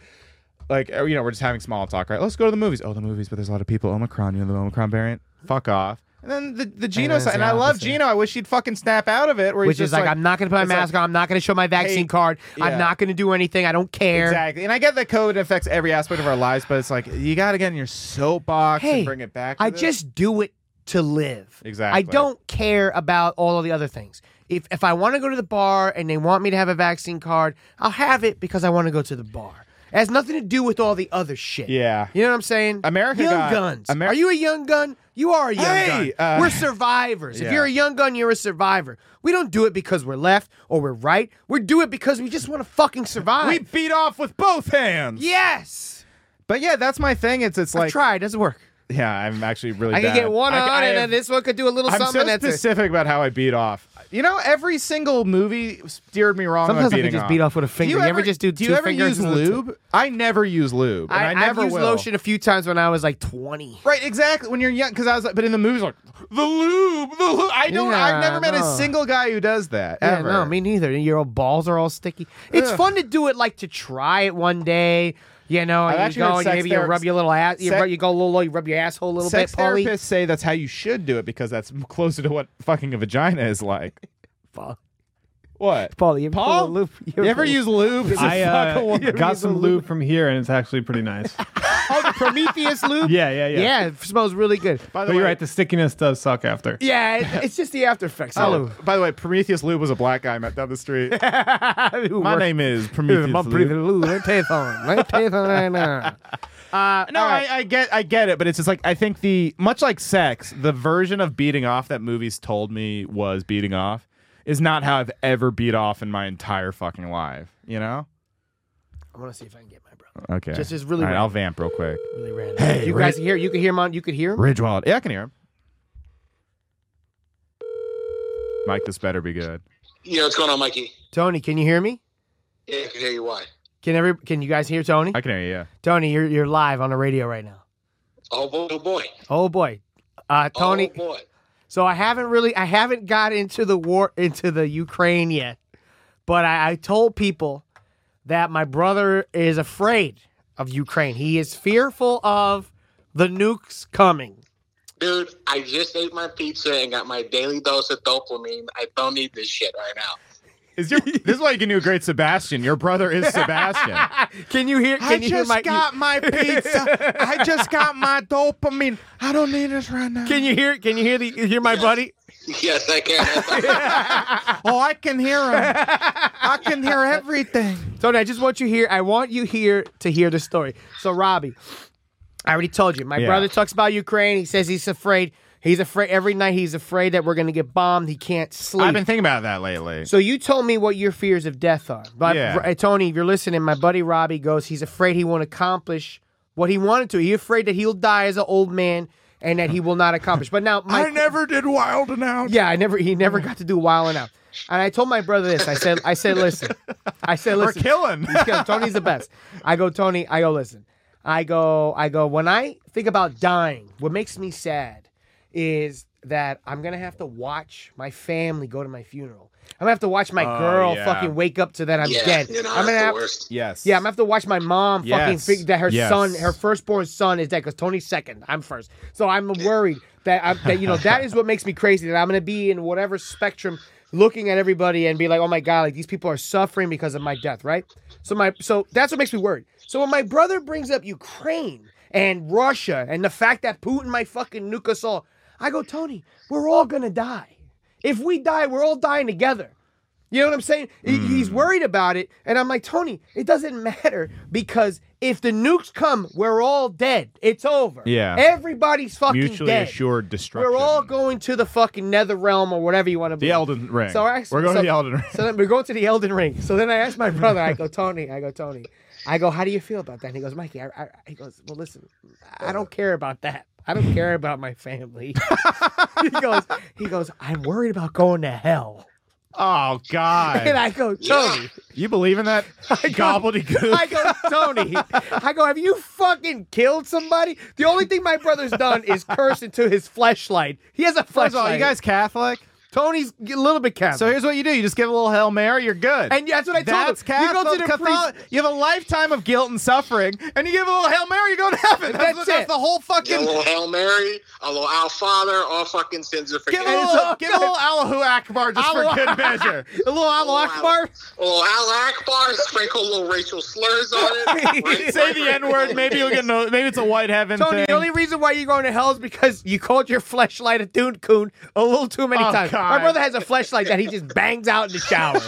[SPEAKER 1] like uh, you know, we're just having small talk, right? Let's go to the movies. Oh, the movies, but there's a lot of people. Omicron, you know the Omicron variant. Fuck off. And then the, the Gino
[SPEAKER 2] it's
[SPEAKER 1] side, and
[SPEAKER 2] the
[SPEAKER 1] I love
[SPEAKER 2] opposite.
[SPEAKER 1] Gino. I wish he'd fucking snap out of it. Where
[SPEAKER 2] Which
[SPEAKER 1] he's
[SPEAKER 2] is
[SPEAKER 1] just
[SPEAKER 2] like, I'm not gonna put my
[SPEAKER 1] it's like-
[SPEAKER 2] mask on. I'm not gonna show my vaccine
[SPEAKER 1] Hey,
[SPEAKER 2] card. I'm
[SPEAKER 1] yeah.
[SPEAKER 2] not gonna do anything. I don't care.
[SPEAKER 1] Exactly. And I get that COVID affects every aspect of our lives, but it's like you got to get in your soapbox
[SPEAKER 2] Hey,
[SPEAKER 1] and bring it back. to
[SPEAKER 2] I
[SPEAKER 1] this.
[SPEAKER 2] just do it to live. I
[SPEAKER 1] Exactly.
[SPEAKER 2] don't care about all of the other things. If if I want to go to the bar and they want me to have a vaccine card, I'll have it because I want to go to the bar. It has nothing to do with all the other shit.
[SPEAKER 1] Yeah.
[SPEAKER 2] You know what I'm saying?
[SPEAKER 1] America
[SPEAKER 2] Young
[SPEAKER 1] got-
[SPEAKER 2] guns.
[SPEAKER 1] Amer-
[SPEAKER 2] Are you a young gun? You are a young
[SPEAKER 1] Hey,
[SPEAKER 2] gun.
[SPEAKER 1] uh,
[SPEAKER 2] we're survivors. If
[SPEAKER 1] yeah.
[SPEAKER 2] you're a young gun, you're a survivor. We don't do it because we're left or we're right. We do it because we just want to fucking survive.
[SPEAKER 1] We beat off with both hands.
[SPEAKER 2] yes.
[SPEAKER 1] But yeah, that's my thing. It's it's
[SPEAKER 2] I
[SPEAKER 1] like
[SPEAKER 2] try. It doesn't work.
[SPEAKER 1] yeah, I'm actually really.
[SPEAKER 2] I can
[SPEAKER 1] bad.
[SPEAKER 2] get one
[SPEAKER 1] I-
[SPEAKER 2] on,
[SPEAKER 1] I
[SPEAKER 2] and
[SPEAKER 1] have-
[SPEAKER 2] then this one could do a little
[SPEAKER 1] I'm
[SPEAKER 2] something.
[SPEAKER 1] so
[SPEAKER 2] that's it.
[SPEAKER 1] specific about how I beat off. You know, every single movie steered me wrong.
[SPEAKER 2] Sometimes I
[SPEAKER 1] about
[SPEAKER 2] can
[SPEAKER 1] beating
[SPEAKER 2] just beat off with a
[SPEAKER 1] Do
[SPEAKER 2] finger. You ever just do
[SPEAKER 1] Do
[SPEAKER 2] two
[SPEAKER 1] you ever use
[SPEAKER 2] fingers and then two-
[SPEAKER 1] lube? I never use lube. and
[SPEAKER 2] I,
[SPEAKER 1] I, never
[SPEAKER 2] have used
[SPEAKER 1] will.
[SPEAKER 2] lotion a few times when I was like 20.
[SPEAKER 1] Right, exactly. When you're young, because I was, like, but in the movies, like the lube, the lube. I don't.
[SPEAKER 2] Yeah,
[SPEAKER 1] I've never met
[SPEAKER 2] no.
[SPEAKER 1] a single guy who does that
[SPEAKER 2] Yeah,
[SPEAKER 1] ever.
[SPEAKER 2] no, me neither. Your old balls are all sticky. It's
[SPEAKER 1] Ugh.
[SPEAKER 2] fun to do it, like to try it one day. You know,
[SPEAKER 1] I've
[SPEAKER 2] and
[SPEAKER 1] actually
[SPEAKER 2] you
[SPEAKER 1] heard
[SPEAKER 2] go and
[SPEAKER 1] sex
[SPEAKER 2] maybe you
[SPEAKER 1] ther-
[SPEAKER 2] rub your little ass, you,
[SPEAKER 1] sex-
[SPEAKER 2] rub, you go a little low, you rub your asshole a little
[SPEAKER 1] Sex
[SPEAKER 2] bit, Polly.
[SPEAKER 1] therapists say that's how you should do it because that's closer to what fucking a vagina is like.
[SPEAKER 2] Fuck.
[SPEAKER 1] What?
[SPEAKER 2] Polly, you
[SPEAKER 1] Paul?
[SPEAKER 2] pull a loop.
[SPEAKER 1] You ever
[SPEAKER 2] pull-
[SPEAKER 1] use lube? to
[SPEAKER 4] I
[SPEAKER 1] fuck a
[SPEAKER 4] uh,
[SPEAKER 1] woman?
[SPEAKER 4] got some lube from here, and it's actually pretty nice.
[SPEAKER 2] oh, Prometheus lube?
[SPEAKER 4] Yeah, yeah, yeah.
[SPEAKER 2] Yeah, it smells really good.
[SPEAKER 1] By the
[SPEAKER 4] But you're
[SPEAKER 1] way,
[SPEAKER 4] right. The stickiness does suck after.
[SPEAKER 2] Yeah, it, it's just the after effects.
[SPEAKER 1] oh, by the way, Prometheus Lube was a black guy I met down the street.
[SPEAKER 2] Oh,
[SPEAKER 1] My name is Prometheus
[SPEAKER 2] My
[SPEAKER 1] Lube.
[SPEAKER 2] lube. Let me pay phone. Let me pay phone right now.
[SPEAKER 1] No, I, I get, I get it, but it's just like I think the much like sex, the version of beating off that movies told me was beating off is not how I've ever beat off in my entire fucking life. You know?
[SPEAKER 2] I want to see if I can get my brother.
[SPEAKER 1] Okay.
[SPEAKER 2] Just- just really
[SPEAKER 1] All right,
[SPEAKER 2] random.
[SPEAKER 1] I'll vamp real quick.
[SPEAKER 2] Really random. Hey, you guys hear? You can hear him on. You could hear him.
[SPEAKER 1] Ridge Wallet. Yeah, I can hear him. Mike, this better be good.
[SPEAKER 10] Yeah, what's going on, Mikey?
[SPEAKER 2] Tony, can you hear me?
[SPEAKER 10] Yeah, I can hear you. Why?
[SPEAKER 2] Can every? Can you guys hear Tony?
[SPEAKER 1] I can hear you. Yeah.
[SPEAKER 2] Tony, you're you're live on the radio right now.
[SPEAKER 10] Oh boy, oh boy,
[SPEAKER 2] Oh boy, uh, Tony.
[SPEAKER 10] Oh boy.
[SPEAKER 2] So I haven't really, I haven't got into the war into the Ukraine yet, but I, I told people that my brother is afraid of Ukraine. He is fearful of the nukes coming.
[SPEAKER 10] Dude, I just ate my pizza and got my daily dose of dopamine. I don't need this shit right now.
[SPEAKER 1] Is your, this is why you can do a great Sebastian. Your brother is Sebastian.
[SPEAKER 2] Can you hear? Can
[SPEAKER 9] I
[SPEAKER 2] you hear
[SPEAKER 9] just
[SPEAKER 2] my?
[SPEAKER 9] got my pizza. I just got my dopamine. I don't need this right now.
[SPEAKER 2] can you hear? Can you hear the? Hear my buddy?
[SPEAKER 10] Yes, I can.
[SPEAKER 9] Oh, I can hear him. I can hear everything.
[SPEAKER 2] Tony, I just want you here. I want you here to hear the story. So, Robbie, I already told you. My
[SPEAKER 1] Yeah.
[SPEAKER 2] brother talks about Ukraine. He says he's afraid. He's afraid every night. He's afraid that we're going to get bombed. He can't sleep.
[SPEAKER 1] I've been thinking about that lately.
[SPEAKER 2] so you told me what your fears of death are. But
[SPEAKER 1] Yeah.
[SPEAKER 2] uh, Tony, if you're listening, my buddy Robbie goes. He's afraid he won't accomplish what he wanted to. He's afraid that he'll die as an old man and that he will not accomplish. But now, my,
[SPEAKER 9] I never did wild and out.
[SPEAKER 2] yeah, I never. He never got to do wild enough. And I told my brother this. I said, I said, listen, I said,
[SPEAKER 1] We're
[SPEAKER 2] listen,
[SPEAKER 1] killing.
[SPEAKER 2] He's killing. Tony's the best. I go, Tony, I go, listen. I go, I go, when I think about dying, what makes me sad is that I'm gonna have to watch my family go to my funeral. I'm gonna have to watch my
[SPEAKER 1] Oh,
[SPEAKER 2] girl
[SPEAKER 1] yeah.
[SPEAKER 2] fucking wake up to that I'm
[SPEAKER 10] yeah,
[SPEAKER 2] dead.
[SPEAKER 10] You know,
[SPEAKER 2] I'm gonna
[SPEAKER 10] that's the
[SPEAKER 2] have
[SPEAKER 10] worst.
[SPEAKER 1] yes.
[SPEAKER 2] yeah, I'm gonna have to watch my mom fucking
[SPEAKER 1] Yes.
[SPEAKER 2] figure that her
[SPEAKER 1] Yes.
[SPEAKER 2] son, her firstborn son, is dead because Tony's second. I'm first, so I'm worried that I'm, that you know that is what makes me crazy that I'm gonna be in whatever spectrum looking at everybody and be like, oh my god, like these people are suffering because of my death, right? So my so that's what makes me worried. So when my brother brings up Ukraine and Russia and the fact that Putin might fucking nuke us all, I go, Tony, we're all gonna die. If we die, we're all dying together. You know what I'm saying? He-
[SPEAKER 11] Mm.
[SPEAKER 2] He's worried about it. And I'm like, Tony, it doesn't matter because if the nukes come, we're all dead. It's over.
[SPEAKER 11] Yeah.
[SPEAKER 2] Everybody's fucking
[SPEAKER 11] Mutually
[SPEAKER 2] dead.
[SPEAKER 11] assured destruction.
[SPEAKER 2] We're all going to the fucking nether realm or whatever you want to be.
[SPEAKER 11] the Elden Ring.
[SPEAKER 2] So I,
[SPEAKER 11] We're going
[SPEAKER 2] so-
[SPEAKER 11] to the Elden Ring.
[SPEAKER 2] So then we're going to the Elden Ring. So then I asked my brother, I go, Tony, I go, Tony, I go, how do you feel about that? And he goes, Mikey, I, I, he goes, well, listen, I don't care about that. I don't care about my family. he goes, he goes, I'm worried about going to hell.
[SPEAKER 11] Oh God!
[SPEAKER 2] And I go, Tony.
[SPEAKER 11] you believe in that gobbledygook?
[SPEAKER 2] I go, Tony. I go, have you fucking killed somebody? The only thing my brother's done is curse into his flashlight. He has a flashlight.
[SPEAKER 1] First of all, you guys Catholic?
[SPEAKER 2] Tony's a little bit Catholic.
[SPEAKER 1] So here's what you do: you just give a little hail mary, you're good.
[SPEAKER 2] and that's what I told
[SPEAKER 1] that's
[SPEAKER 2] him.
[SPEAKER 1] Catholic.
[SPEAKER 2] You go to the
[SPEAKER 1] Catholic-
[SPEAKER 2] priest.
[SPEAKER 1] you have a lifetime of guilt and suffering, and you give a little hail mary, you go to heaven. That's,
[SPEAKER 2] That's
[SPEAKER 1] that's
[SPEAKER 2] it.
[SPEAKER 1] the whole
[SPEAKER 10] Get a
[SPEAKER 1] fucking.
[SPEAKER 10] little Hail Mary, a little Our Father, all fucking sins are
[SPEAKER 1] Give
[SPEAKER 10] forgiven.
[SPEAKER 1] a
[SPEAKER 2] it's
[SPEAKER 1] little,
[SPEAKER 2] all
[SPEAKER 1] give a little Allahu Akbar just for
[SPEAKER 2] Allahu-
[SPEAKER 1] good measure.
[SPEAKER 2] A little
[SPEAKER 10] Oh,
[SPEAKER 2] Allah Akbar.
[SPEAKER 10] A little Al Akbar, sprinkle little racial slurs on it. Right,
[SPEAKER 1] Say
[SPEAKER 10] right,
[SPEAKER 1] the
[SPEAKER 10] right.
[SPEAKER 1] N word, maybe you'll get no. Maybe it's a white heaven
[SPEAKER 2] Tony,
[SPEAKER 1] thing.
[SPEAKER 2] the only reason why you're going to hell is because you called your flashlight a Dune Coon a little too many
[SPEAKER 1] Oh,
[SPEAKER 2] times.
[SPEAKER 1] God.
[SPEAKER 2] My brother has a flashlight that he just bangs out in the shower.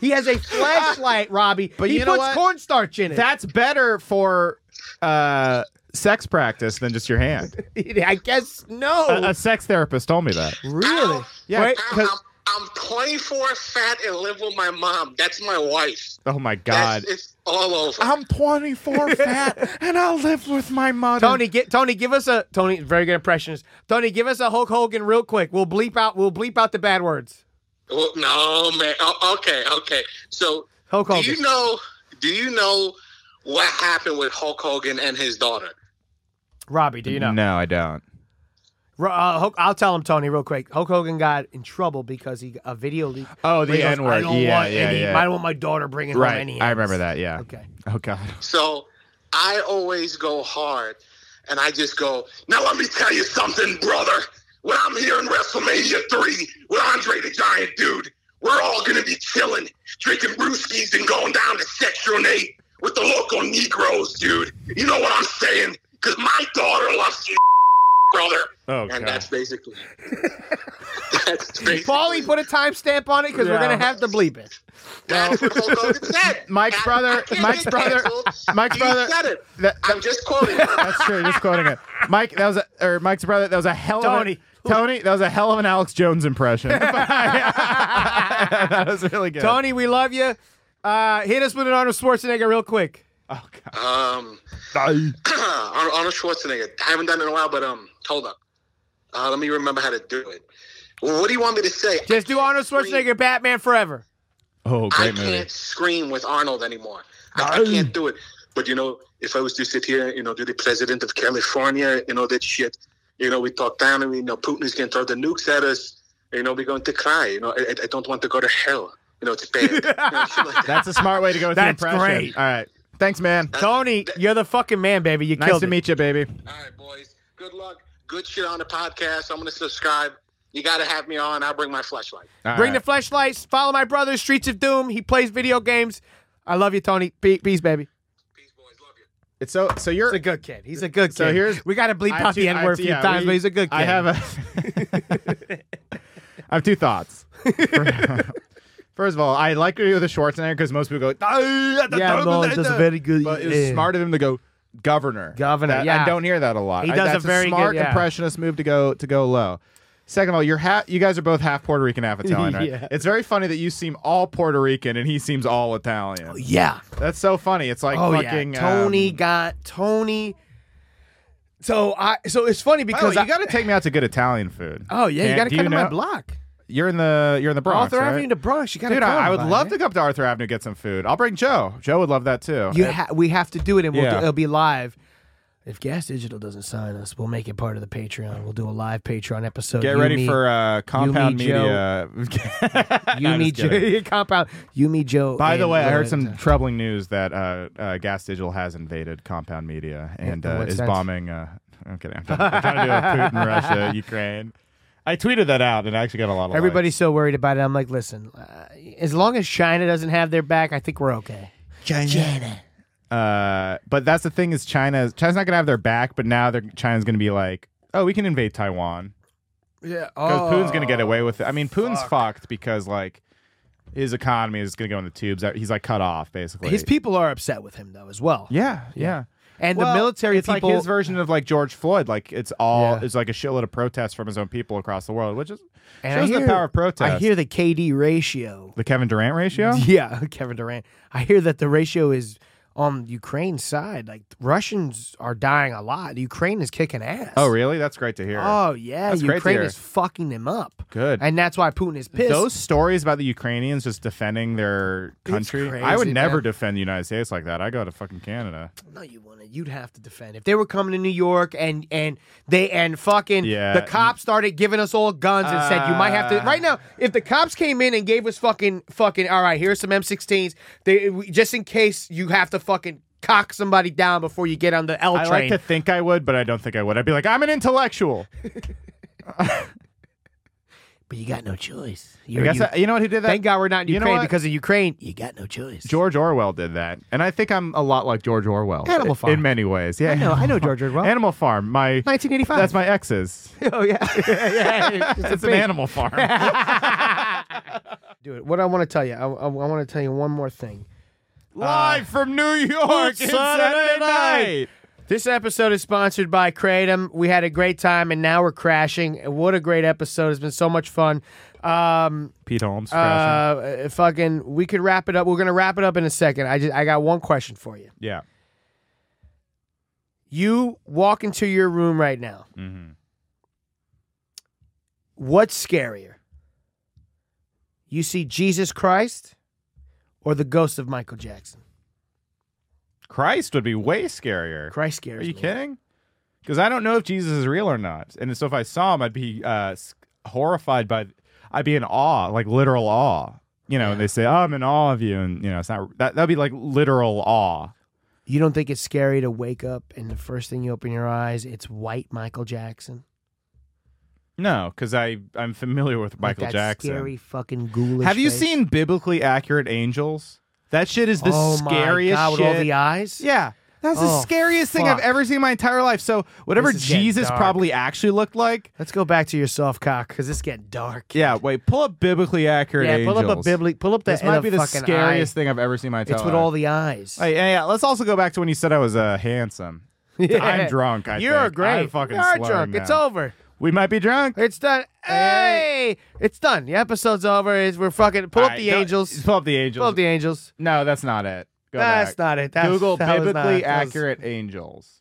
[SPEAKER 2] he has a flashlight, Robbie.
[SPEAKER 1] But
[SPEAKER 2] he
[SPEAKER 1] you know
[SPEAKER 2] puts
[SPEAKER 1] what?
[SPEAKER 2] cornstarch in it.
[SPEAKER 1] That's better for uh, sex practice than just your hand.
[SPEAKER 2] I guess no.
[SPEAKER 1] A, a sex therapist told me that.
[SPEAKER 2] really?
[SPEAKER 1] Yeah.
[SPEAKER 2] Wait,
[SPEAKER 10] I'm,
[SPEAKER 1] 'cause-
[SPEAKER 10] I'm, I'm 24, fat, and live with my mom. That's my wife.
[SPEAKER 1] oh my God.
[SPEAKER 10] That's, it's all over.
[SPEAKER 1] I'm 24 fat and I live with my mother.
[SPEAKER 2] Tony, get Tony. Give us a Tony. Very good impressions. Tony, give us a Hulk Hogan real quick. We'll bleep out. We'll bleep out the bad words.
[SPEAKER 10] Well, no, man. Oh, okay, okay. So,
[SPEAKER 2] Hulk
[SPEAKER 10] do
[SPEAKER 2] Hogan.
[SPEAKER 10] you know? Do you know what happened with Hulk Hogan and his daughter?
[SPEAKER 2] Robbie, do you know?
[SPEAKER 1] No, I don't.
[SPEAKER 2] Ro- uh, Hulk, I'll tell him, Tony, real quick. Hulk Hogan got in trouble because he a video leak.
[SPEAKER 1] Oh, the
[SPEAKER 2] He goes,
[SPEAKER 1] N word.
[SPEAKER 2] I don't
[SPEAKER 1] Yeah,
[SPEAKER 2] want
[SPEAKER 1] yeah,
[SPEAKER 2] any.
[SPEAKER 1] yeah.
[SPEAKER 2] I don't want my daughter bringing home
[SPEAKER 1] Right.
[SPEAKER 2] any.
[SPEAKER 1] I
[SPEAKER 2] ends."
[SPEAKER 1] remember that. Yeah.
[SPEAKER 2] Okay.
[SPEAKER 1] Oh God.
[SPEAKER 10] So, I always go hard, and I just go. Now let me tell you something, brother. When I'm here in WrestleMania three with Andre the Giant, dude, we're all gonna be chilling, drinking brewskis, and going down to Section Eight with the local Negroes, dude. You know what I'm saying? Because my daughter loves you, brother.
[SPEAKER 11] oh
[SPEAKER 10] and
[SPEAKER 11] God!
[SPEAKER 10] that's basically. that's basically.
[SPEAKER 2] Paulie put a timestamp on it because we're gonna have to bleep it.
[SPEAKER 10] that's what Hulk Hogan said.
[SPEAKER 1] Mike's
[SPEAKER 10] I-
[SPEAKER 1] brother-
[SPEAKER 10] I can't
[SPEAKER 1] Mike's
[SPEAKER 10] get
[SPEAKER 1] brother-
[SPEAKER 10] canceled.
[SPEAKER 1] Mike's
[SPEAKER 10] He
[SPEAKER 1] brother-
[SPEAKER 10] said it.
[SPEAKER 1] That,
[SPEAKER 10] I'm just quoting. him.
[SPEAKER 1] that's true. Just quoting it. Mike, that was a, or Mike's brother. That was a hell
[SPEAKER 2] Tony.
[SPEAKER 1] of a, Tony. That was a hell of an Alex Jones impression. that was really good.
[SPEAKER 2] Tony, we love you. Uh, hit us with an Arnold Schwarzenegger real quick.
[SPEAKER 1] Oh God.
[SPEAKER 10] um, Arnold Arnold Schwarzenegger. I haven't done it in a while, but um, hold up. Uh, let me remember how to do it. Well, what do you want me to say?
[SPEAKER 2] Just do Arnold Schwarzenegger, Batman Forever.
[SPEAKER 11] Oh,
[SPEAKER 10] I
[SPEAKER 11] great
[SPEAKER 10] can't
[SPEAKER 11] movie.
[SPEAKER 10] scream with Arnold anymore. I, I can't do it. But you know, if I was to sit here, you know, do the president of California, you know, that shit, you know, we talk down and we you know Putin is going to throw the nukes at us. You know, we're going to cry. You know, I, I- I don't want to go to hell. You know, it's bad. You know, shit like that.
[SPEAKER 1] That's a smart way to go with the
[SPEAKER 2] That's
[SPEAKER 1] impression.
[SPEAKER 2] great.
[SPEAKER 1] All right. Thanks, man.
[SPEAKER 2] Tony, you're the fucking man, baby. You
[SPEAKER 1] Nice
[SPEAKER 2] killed
[SPEAKER 1] to
[SPEAKER 2] it.
[SPEAKER 1] meet you, baby.
[SPEAKER 10] All right, boys. Good luck. Good shit on the podcast. I'm going to subscribe. You got to have me on. I'll bring my flashlight.
[SPEAKER 1] All
[SPEAKER 2] Bring
[SPEAKER 1] right.
[SPEAKER 2] the flashlights. Follow my brother, Streets of Doom. He plays video games. I love you, Tony. Pe- Peace, baby.
[SPEAKER 10] Peace, boys. Love you.
[SPEAKER 1] It's so so you're
[SPEAKER 2] He's a good kid. He's a good kid.
[SPEAKER 1] So here's-
[SPEAKER 2] we got to bleep
[SPEAKER 1] I have
[SPEAKER 2] out
[SPEAKER 1] two-
[SPEAKER 2] the
[SPEAKER 1] I
[SPEAKER 2] N
[SPEAKER 1] have
[SPEAKER 2] word a
[SPEAKER 1] two-
[SPEAKER 2] few
[SPEAKER 1] yeah,
[SPEAKER 2] times,
[SPEAKER 1] we-
[SPEAKER 2] but he's a good kid.
[SPEAKER 1] I have a. I have two thoughts. First of all, I like to do the Schwarzenegger because most people go, "Ah, da,
[SPEAKER 2] Yeah,
[SPEAKER 1] da,
[SPEAKER 2] no,
[SPEAKER 1] da,
[SPEAKER 2] he does
[SPEAKER 1] da."
[SPEAKER 2] a very good-
[SPEAKER 1] But it was
[SPEAKER 2] yeah.
[SPEAKER 1] smart of him to go governor.
[SPEAKER 2] Governor,
[SPEAKER 1] That-
[SPEAKER 2] yeah.
[SPEAKER 1] I don't hear that a lot.
[SPEAKER 2] He
[SPEAKER 1] I-
[SPEAKER 2] does a
[SPEAKER 1] that's
[SPEAKER 2] very good-
[SPEAKER 1] smart
[SPEAKER 2] yeah.
[SPEAKER 1] impressionist move to go to go low. Second of all, you're ha- you guys are both half Puerto Rican, half Italian, right?
[SPEAKER 2] Yeah.
[SPEAKER 1] It's very funny that you seem all Puerto Rican and he seems all Italian.
[SPEAKER 2] Oh, yeah.
[SPEAKER 1] That's so funny. It's like
[SPEAKER 2] Oh
[SPEAKER 1] fucking
[SPEAKER 2] yeah. Tony
[SPEAKER 1] Um,
[SPEAKER 2] got Tony. So I. So it's funny
[SPEAKER 1] by the way,
[SPEAKER 2] because
[SPEAKER 1] you
[SPEAKER 2] I,
[SPEAKER 1] got to take me out to good Italian food.
[SPEAKER 2] Oh yeah, you
[SPEAKER 1] Can't-
[SPEAKER 2] got
[SPEAKER 1] do
[SPEAKER 2] to come to my
[SPEAKER 1] know-
[SPEAKER 2] block.
[SPEAKER 1] You're in the you're in the Bronx,
[SPEAKER 2] Arthur
[SPEAKER 1] right?
[SPEAKER 2] Avenue to Bronx. You got to
[SPEAKER 1] Dude,
[SPEAKER 2] come.
[SPEAKER 1] I, I would
[SPEAKER 2] by,
[SPEAKER 1] love
[SPEAKER 2] man.
[SPEAKER 1] to go up to Arthur Avenue and get some food. I'll bring Joe. Joe would love that too.
[SPEAKER 2] You ha- we have to do it, and we'll do,
[SPEAKER 1] Yeah.
[SPEAKER 2] it'll be live. If Gas Digital doesn't sign us, we'll make it part of the Patreon. We'll do a live Patreon episode.
[SPEAKER 1] Get
[SPEAKER 2] You,
[SPEAKER 1] ready
[SPEAKER 2] me-
[SPEAKER 1] for uh, Compound
[SPEAKER 2] me, Joe.
[SPEAKER 1] Media.
[SPEAKER 2] you, me, Joe. Compound. You, me, Joe.
[SPEAKER 1] By the
[SPEAKER 2] and uh,
[SPEAKER 1] way, I heard
[SPEAKER 2] Lorenzo.
[SPEAKER 1] some uh, troubling news that uh, uh, Gas Digital has invaded Compound Media and
[SPEAKER 2] In
[SPEAKER 1] uh,
[SPEAKER 2] what
[SPEAKER 1] is
[SPEAKER 2] sense?
[SPEAKER 1] bombing. Uh, I'm kidding. I'm trying, I'm trying to do a Putin, Russia, Ukraine. I tweeted that out and I actually got a lot of likes.
[SPEAKER 2] Everybody's so worried about it. I'm like, listen, uh, as long as China doesn't have their back, I think we're okay.
[SPEAKER 1] Uh, but that's the thing is China. China's not gonna have their back, but now they're, China's gonna be like, oh, we can invade Taiwan
[SPEAKER 2] Yeah.
[SPEAKER 1] because Putin's gonna get away with it. I mean, Putin's fucked because like his economy is gonna go in the tubes. He's like cut off basically.
[SPEAKER 2] His people are upset with him though as well.
[SPEAKER 1] yeah, yeah.
[SPEAKER 2] And
[SPEAKER 1] Well,
[SPEAKER 2] the military
[SPEAKER 1] it's
[SPEAKER 2] people
[SPEAKER 1] like his version of like George Floyd. Like it's all
[SPEAKER 2] Yeah.
[SPEAKER 1] it's like a shitload of protests from his own people across the world, which is
[SPEAKER 2] and I
[SPEAKER 1] shows
[SPEAKER 2] hear,
[SPEAKER 1] the power of protest.
[SPEAKER 2] I hear the KD ratio.
[SPEAKER 1] the Kevin Durant ratio.
[SPEAKER 2] Yeah, Kevin Durant. I hear that the ratio is on Ukraine's side. Like Russians are dying a lot. Ukraine is kicking ass.
[SPEAKER 1] Oh, really? That's great to hear.
[SPEAKER 2] Oh yeah,
[SPEAKER 1] That's great to
[SPEAKER 2] Ukraine
[SPEAKER 1] hear.
[SPEAKER 2] is fucking them up.
[SPEAKER 1] Good.
[SPEAKER 2] and that's why Putin is pissed.
[SPEAKER 1] Those stories about the Ukrainians just defending their country. I would
[SPEAKER 2] crazy,
[SPEAKER 1] never
[SPEAKER 2] man.
[SPEAKER 1] defend the United States like that. I go to fucking Canada.
[SPEAKER 2] No, you wouldn't. You'd have to defend if they were coming to New York and and they and fucking
[SPEAKER 1] Yeah.
[SPEAKER 2] the cops started giving us all guns and said you might have to
[SPEAKER 1] Uh.
[SPEAKER 2] right now. If the cops came in and gave us fucking fucking all right, here's some M16s. They we- just in case you have to fucking cock somebody down before you get on the L
[SPEAKER 1] I like
[SPEAKER 2] train.
[SPEAKER 1] to think I would, but I don't think I would. I'd be like, I'm an intellectual.
[SPEAKER 2] but you got no choice.
[SPEAKER 1] I
[SPEAKER 2] You're,
[SPEAKER 1] guess
[SPEAKER 2] you,
[SPEAKER 1] I- you know what? Who did that?
[SPEAKER 2] thank God we're not in
[SPEAKER 1] You know
[SPEAKER 2] Ukraine
[SPEAKER 1] what?
[SPEAKER 2] because of Ukraine. You got no choice.
[SPEAKER 1] George Orwell did that, and I think I'm a lot like George Orwell.
[SPEAKER 2] Animal
[SPEAKER 1] in-
[SPEAKER 2] Farm.
[SPEAKER 1] in many ways. Yeah,
[SPEAKER 2] I know, I know George Orwell.
[SPEAKER 1] Animal Farm. My
[SPEAKER 2] 1985.
[SPEAKER 1] that's my ex's.
[SPEAKER 2] oh yeah, yeah. It's, a
[SPEAKER 1] It's an
[SPEAKER 2] big- Uh,
[SPEAKER 1] Animal Farm.
[SPEAKER 2] Do it. What I want to tell you, I, I want to tell you one more thing.
[SPEAKER 1] Live from New York, it's Saturday night.
[SPEAKER 2] This episode is sponsored by Kratom. We had a great time, and now we're crashing. What a great episode! It's been so much fun. Um,
[SPEAKER 1] Pete Holmes.
[SPEAKER 2] uh,
[SPEAKER 1] crashing.
[SPEAKER 2] uh, fucking, we could wrap it up. We're gonna wrap it up in a second. I just, I got one question for you.
[SPEAKER 1] yeah.
[SPEAKER 2] You walk into your room right now.
[SPEAKER 1] Mm-hmm.
[SPEAKER 2] What's scarier? You see Jesus Christ, or the ghost of Michael Jackson?
[SPEAKER 1] Christ would be way scarier.
[SPEAKER 2] Christ scares
[SPEAKER 1] Are you
[SPEAKER 2] me.
[SPEAKER 1] kidding? Because I don't know if Jesus is real or not, and so if I saw him, I'd be uh, s- horrified by. I'd be in awe, like literal awe. You know, and they say, "Oh, I'm in awe of you," and you know, it's not that. That'd be like literal awe.
[SPEAKER 2] You don't think it's scary to wake up and the first thing you open your eyes, it's white Michael Jackson?
[SPEAKER 1] No, because I I'm familiar with
[SPEAKER 2] Like
[SPEAKER 1] Michael
[SPEAKER 2] that
[SPEAKER 1] Jackson.
[SPEAKER 2] Scary fucking ghoulish.
[SPEAKER 1] Have you
[SPEAKER 2] face.
[SPEAKER 1] seen biblically accurate angels? That shit is the
[SPEAKER 2] oh
[SPEAKER 1] scariest
[SPEAKER 2] my God,
[SPEAKER 1] shit.
[SPEAKER 2] With all the eyes?
[SPEAKER 1] Yeah. That's the
[SPEAKER 2] Oh,
[SPEAKER 1] scariest thing I've
[SPEAKER 2] fuck.
[SPEAKER 1] ever seen in my entire life. So whatever
[SPEAKER 2] This is getting
[SPEAKER 1] Jesus
[SPEAKER 2] dark.
[SPEAKER 1] probably actually looked like.
[SPEAKER 2] Let's go back to your soft cock because it's getting dark.
[SPEAKER 1] Yeah, wait, pull up biblically accurate
[SPEAKER 2] Yeah, pull up a
[SPEAKER 1] angels.
[SPEAKER 2] bibli- pull up the
[SPEAKER 1] This might
[SPEAKER 2] and
[SPEAKER 1] be
[SPEAKER 2] a
[SPEAKER 1] the
[SPEAKER 2] fucking
[SPEAKER 1] scariest
[SPEAKER 2] eye.
[SPEAKER 1] thing I've ever seen in my entire
[SPEAKER 2] It's with all the eyes.
[SPEAKER 1] Hey, yeah, yeah, let's also go back to when you said I was uh, handsome.
[SPEAKER 2] Yeah.
[SPEAKER 1] I'm drunk, I
[SPEAKER 2] You're
[SPEAKER 1] think.
[SPEAKER 2] great.
[SPEAKER 1] I'm fucking
[SPEAKER 2] You're
[SPEAKER 1] slurring
[SPEAKER 2] drunk.
[SPEAKER 1] now.
[SPEAKER 2] It's over.
[SPEAKER 1] We might be drunk.
[SPEAKER 2] It's done. Hey, it's done. The episode's over. It's, we're fucking pull
[SPEAKER 1] All
[SPEAKER 2] up
[SPEAKER 1] right,
[SPEAKER 2] the
[SPEAKER 1] go-
[SPEAKER 2] angels.
[SPEAKER 1] Pull up the angels.
[SPEAKER 2] Pull up the angels.
[SPEAKER 1] no, that's not it. Go
[SPEAKER 2] That's
[SPEAKER 1] back.
[SPEAKER 2] not it. That's,
[SPEAKER 1] Google
[SPEAKER 2] that was not-
[SPEAKER 1] biblically
[SPEAKER 2] that was-
[SPEAKER 1] accurate angels,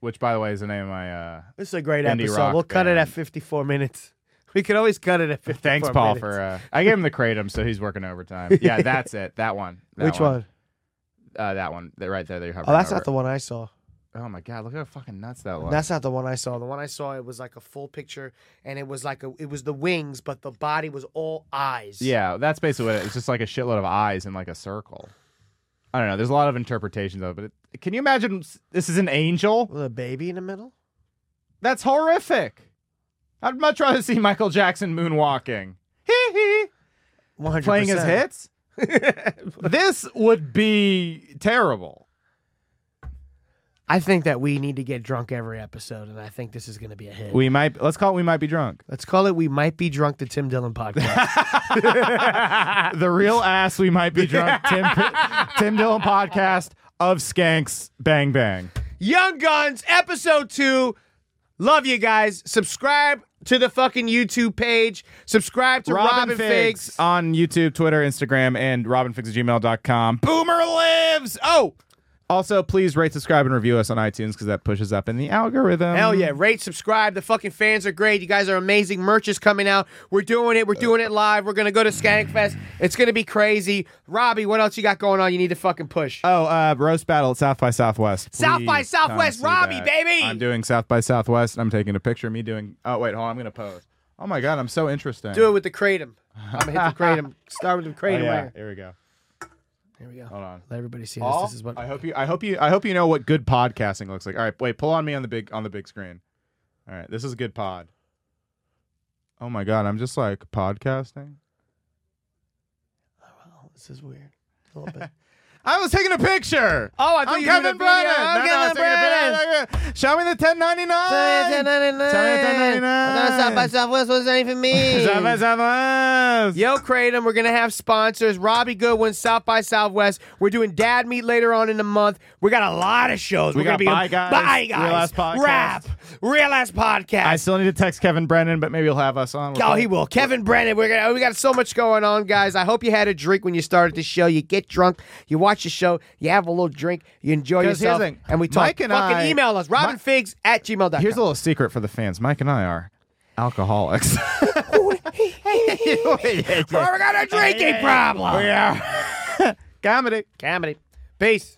[SPEAKER 1] which by the way is the name of my. Uh,
[SPEAKER 2] This is a great
[SPEAKER 1] indie
[SPEAKER 2] episode.
[SPEAKER 1] rock
[SPEAKER 2] We'll cut it
[SPEAKER 1] band.
[SPEAKER 2] at 54 minutes. We can always cut it at 54
[SPEAKER 1] thanks, Paul,
[SPEAKER 2] minutes.
[SPEAKER 1] for. Uh, I gave him the kratom, so he's working overtime. Yeah, that's it. That one. That
[SPEAKER 2] Which one?
[SPEAKER 1] Uh, that one. That right there. They hover.
[SPEAKER 2] Oh, that's not the one I saw.
[SPEAKER 1] Oh my god! Look how fucking nuts that was.
[SPEAKER 2] That's not the one I saw. The one I saw it was like a full picture, and it was like a it was the wings, but the body was all eyes.
[SPEAKER 1] yeah, that's basically what it, it's just like a shitload of eyes in like a circle. I don't know. There's a lot of interpretations of it. But it, can you imagine? s- This is an angel.
[SPEAKER 2] with a baby in the middle.
[SPEAKER 1] That's horrific. I'd much rather see Michael Jackson moonwalking. Hee hee.
[SPEAKER 2] 100
[SPEAKER 1] playing his hits. this would be terrible.
[SPEAKER 2] I think that we need to get drunk every episode, and I think this is going to be a hit.
[SPEAKER 1] We might let's call it. We might be drunk.
[SPEAKER 2] Let's call it "We Might Be Drunk" the Tim Dillon podcast.
[SPEAKER 1] Uh, the real ass. We might be drunk. Tim Tim Dillon podcast of Skanks Bang Bang.
[SPEAKER 2] Young Guns episode two. Love you guys. Subscribe to the fucking YouTube page. Subscribe to Robin, Figs.
[SPEAKER 1] on YouTube, Twitter, Instagram, and robinfigs@gmail.com. Boomer lives. Oh. Also, please rate, subscribe, and review us on iTunes because that pushes up in the algorithm.
[SPEAKER 2] Hell yeah. Rate, subscribe. The fucking fans are great. You guys are amazing. Merch is coming out. We're doing it. We're doing it live. We're going to go to Skankfest. It's going to be crazy. Robbie, what else you got going on you need to fucking push?
[SPEAKER 1] Oh, uh, roast battle at South by Southwest.
[SPEAKER 2] South by
[SPEAKER 1] Please come
[SPEAKER 2] Southwest,
[SPEAKER 1] see
[SPEAKER 2] Robbie,
[SPEAKER 1] that.
[SPEAKER 2] baby!
[SPEAKER 1] I'm doing South by Southwest. I'm taking a picture of me doing. Oh wait, hold on. I'm gonna pose. Oh my god, I'm so interesting.
[SPEAKER 2] Do it with the Kratom. I'm going to hit the Kratom. Start with the
[SPEAKER 1] Oh,
[SPEAKER 2] Kratom.
[SPEAKER 1] yeah.
[SPEAKER 2] right here.
[SPEAKER 1] Here we go.
[SPEAKER 2] Here we go.
[SPEAKER 1] Hold on.
[SPEAKER 2] Let everybody see
[SPEAKER 1] Paul,
[SPEAKER 2] this. This is what
[SPEAKER 1] I hope you. I hope you. I hope you know what good podcasting looks like. All right, wait. Pull on me on the big on the big screen. All right, this is a good pod. Oh my god, I'm just like podcasting.
[SPEAKER 2] Oh, this is weird. A little bit.
[SPEAKER 1] I was taking a picture.
[SPEAKER 2] Oh, I
[SPEAKER 1] I'm Kevin Brennan.
[SPEAKER 2] I'm
[SPEAKER 1] No, no, I was
[SPEAKER 2] Kevin Brennan.
[SPEAKER 1] taking a picture. Show me the 1099.
[SPEAKER 2] Yo, Kratom, we're gonna have sponsors. Robbie Goodwin, South by Southwest. We're doing Dad Meet later on in the month. We got a lot of shows.
[SPEAKER 1] We
[SPEAKER 2] are gonna
[SPEAKER 1] got
[SPEAKER 2] be
[SPEAKER 1] Bye Guys,
[SPEAKER 2] Bye
[SPEAKER 1] Real Ass
[SPEAKER 2] guys,
[SPEAKER 1] Podcast.
[SPEAKER 2] rap, real ass podcast.
[SPEAKER 1] I still need to text Kevin Brennan, but maybe he'll have us on.
[SPEAKER 2] Oh, he will. Kevin Brennan, we're gonna, we got so much going on, guys. I hope you had a drink when you started the show. You get drunk, you watch the show, you have a little drink, you enjoy
[SPEAKER 1] 'Cause here's
[SPEAKER 2] yourself,
[SPEAKER 1] the thing.
[SPEAKER 2] and we talk.
[SPEAKER 1] Mike and
[SPEAKER 2] Fucking
[SPEAKER 1] I-
[SPEAKER 2] email us, robinfigs at gmail.com.
[SPEAKER 1] Here's a little secret for the fans. Mike and I are alcoholics.
[SPEAKER 2] we got a drinking problem.
[SPEAKER 1] Comedy.
[SPEAKER 2] Comedy. Peace.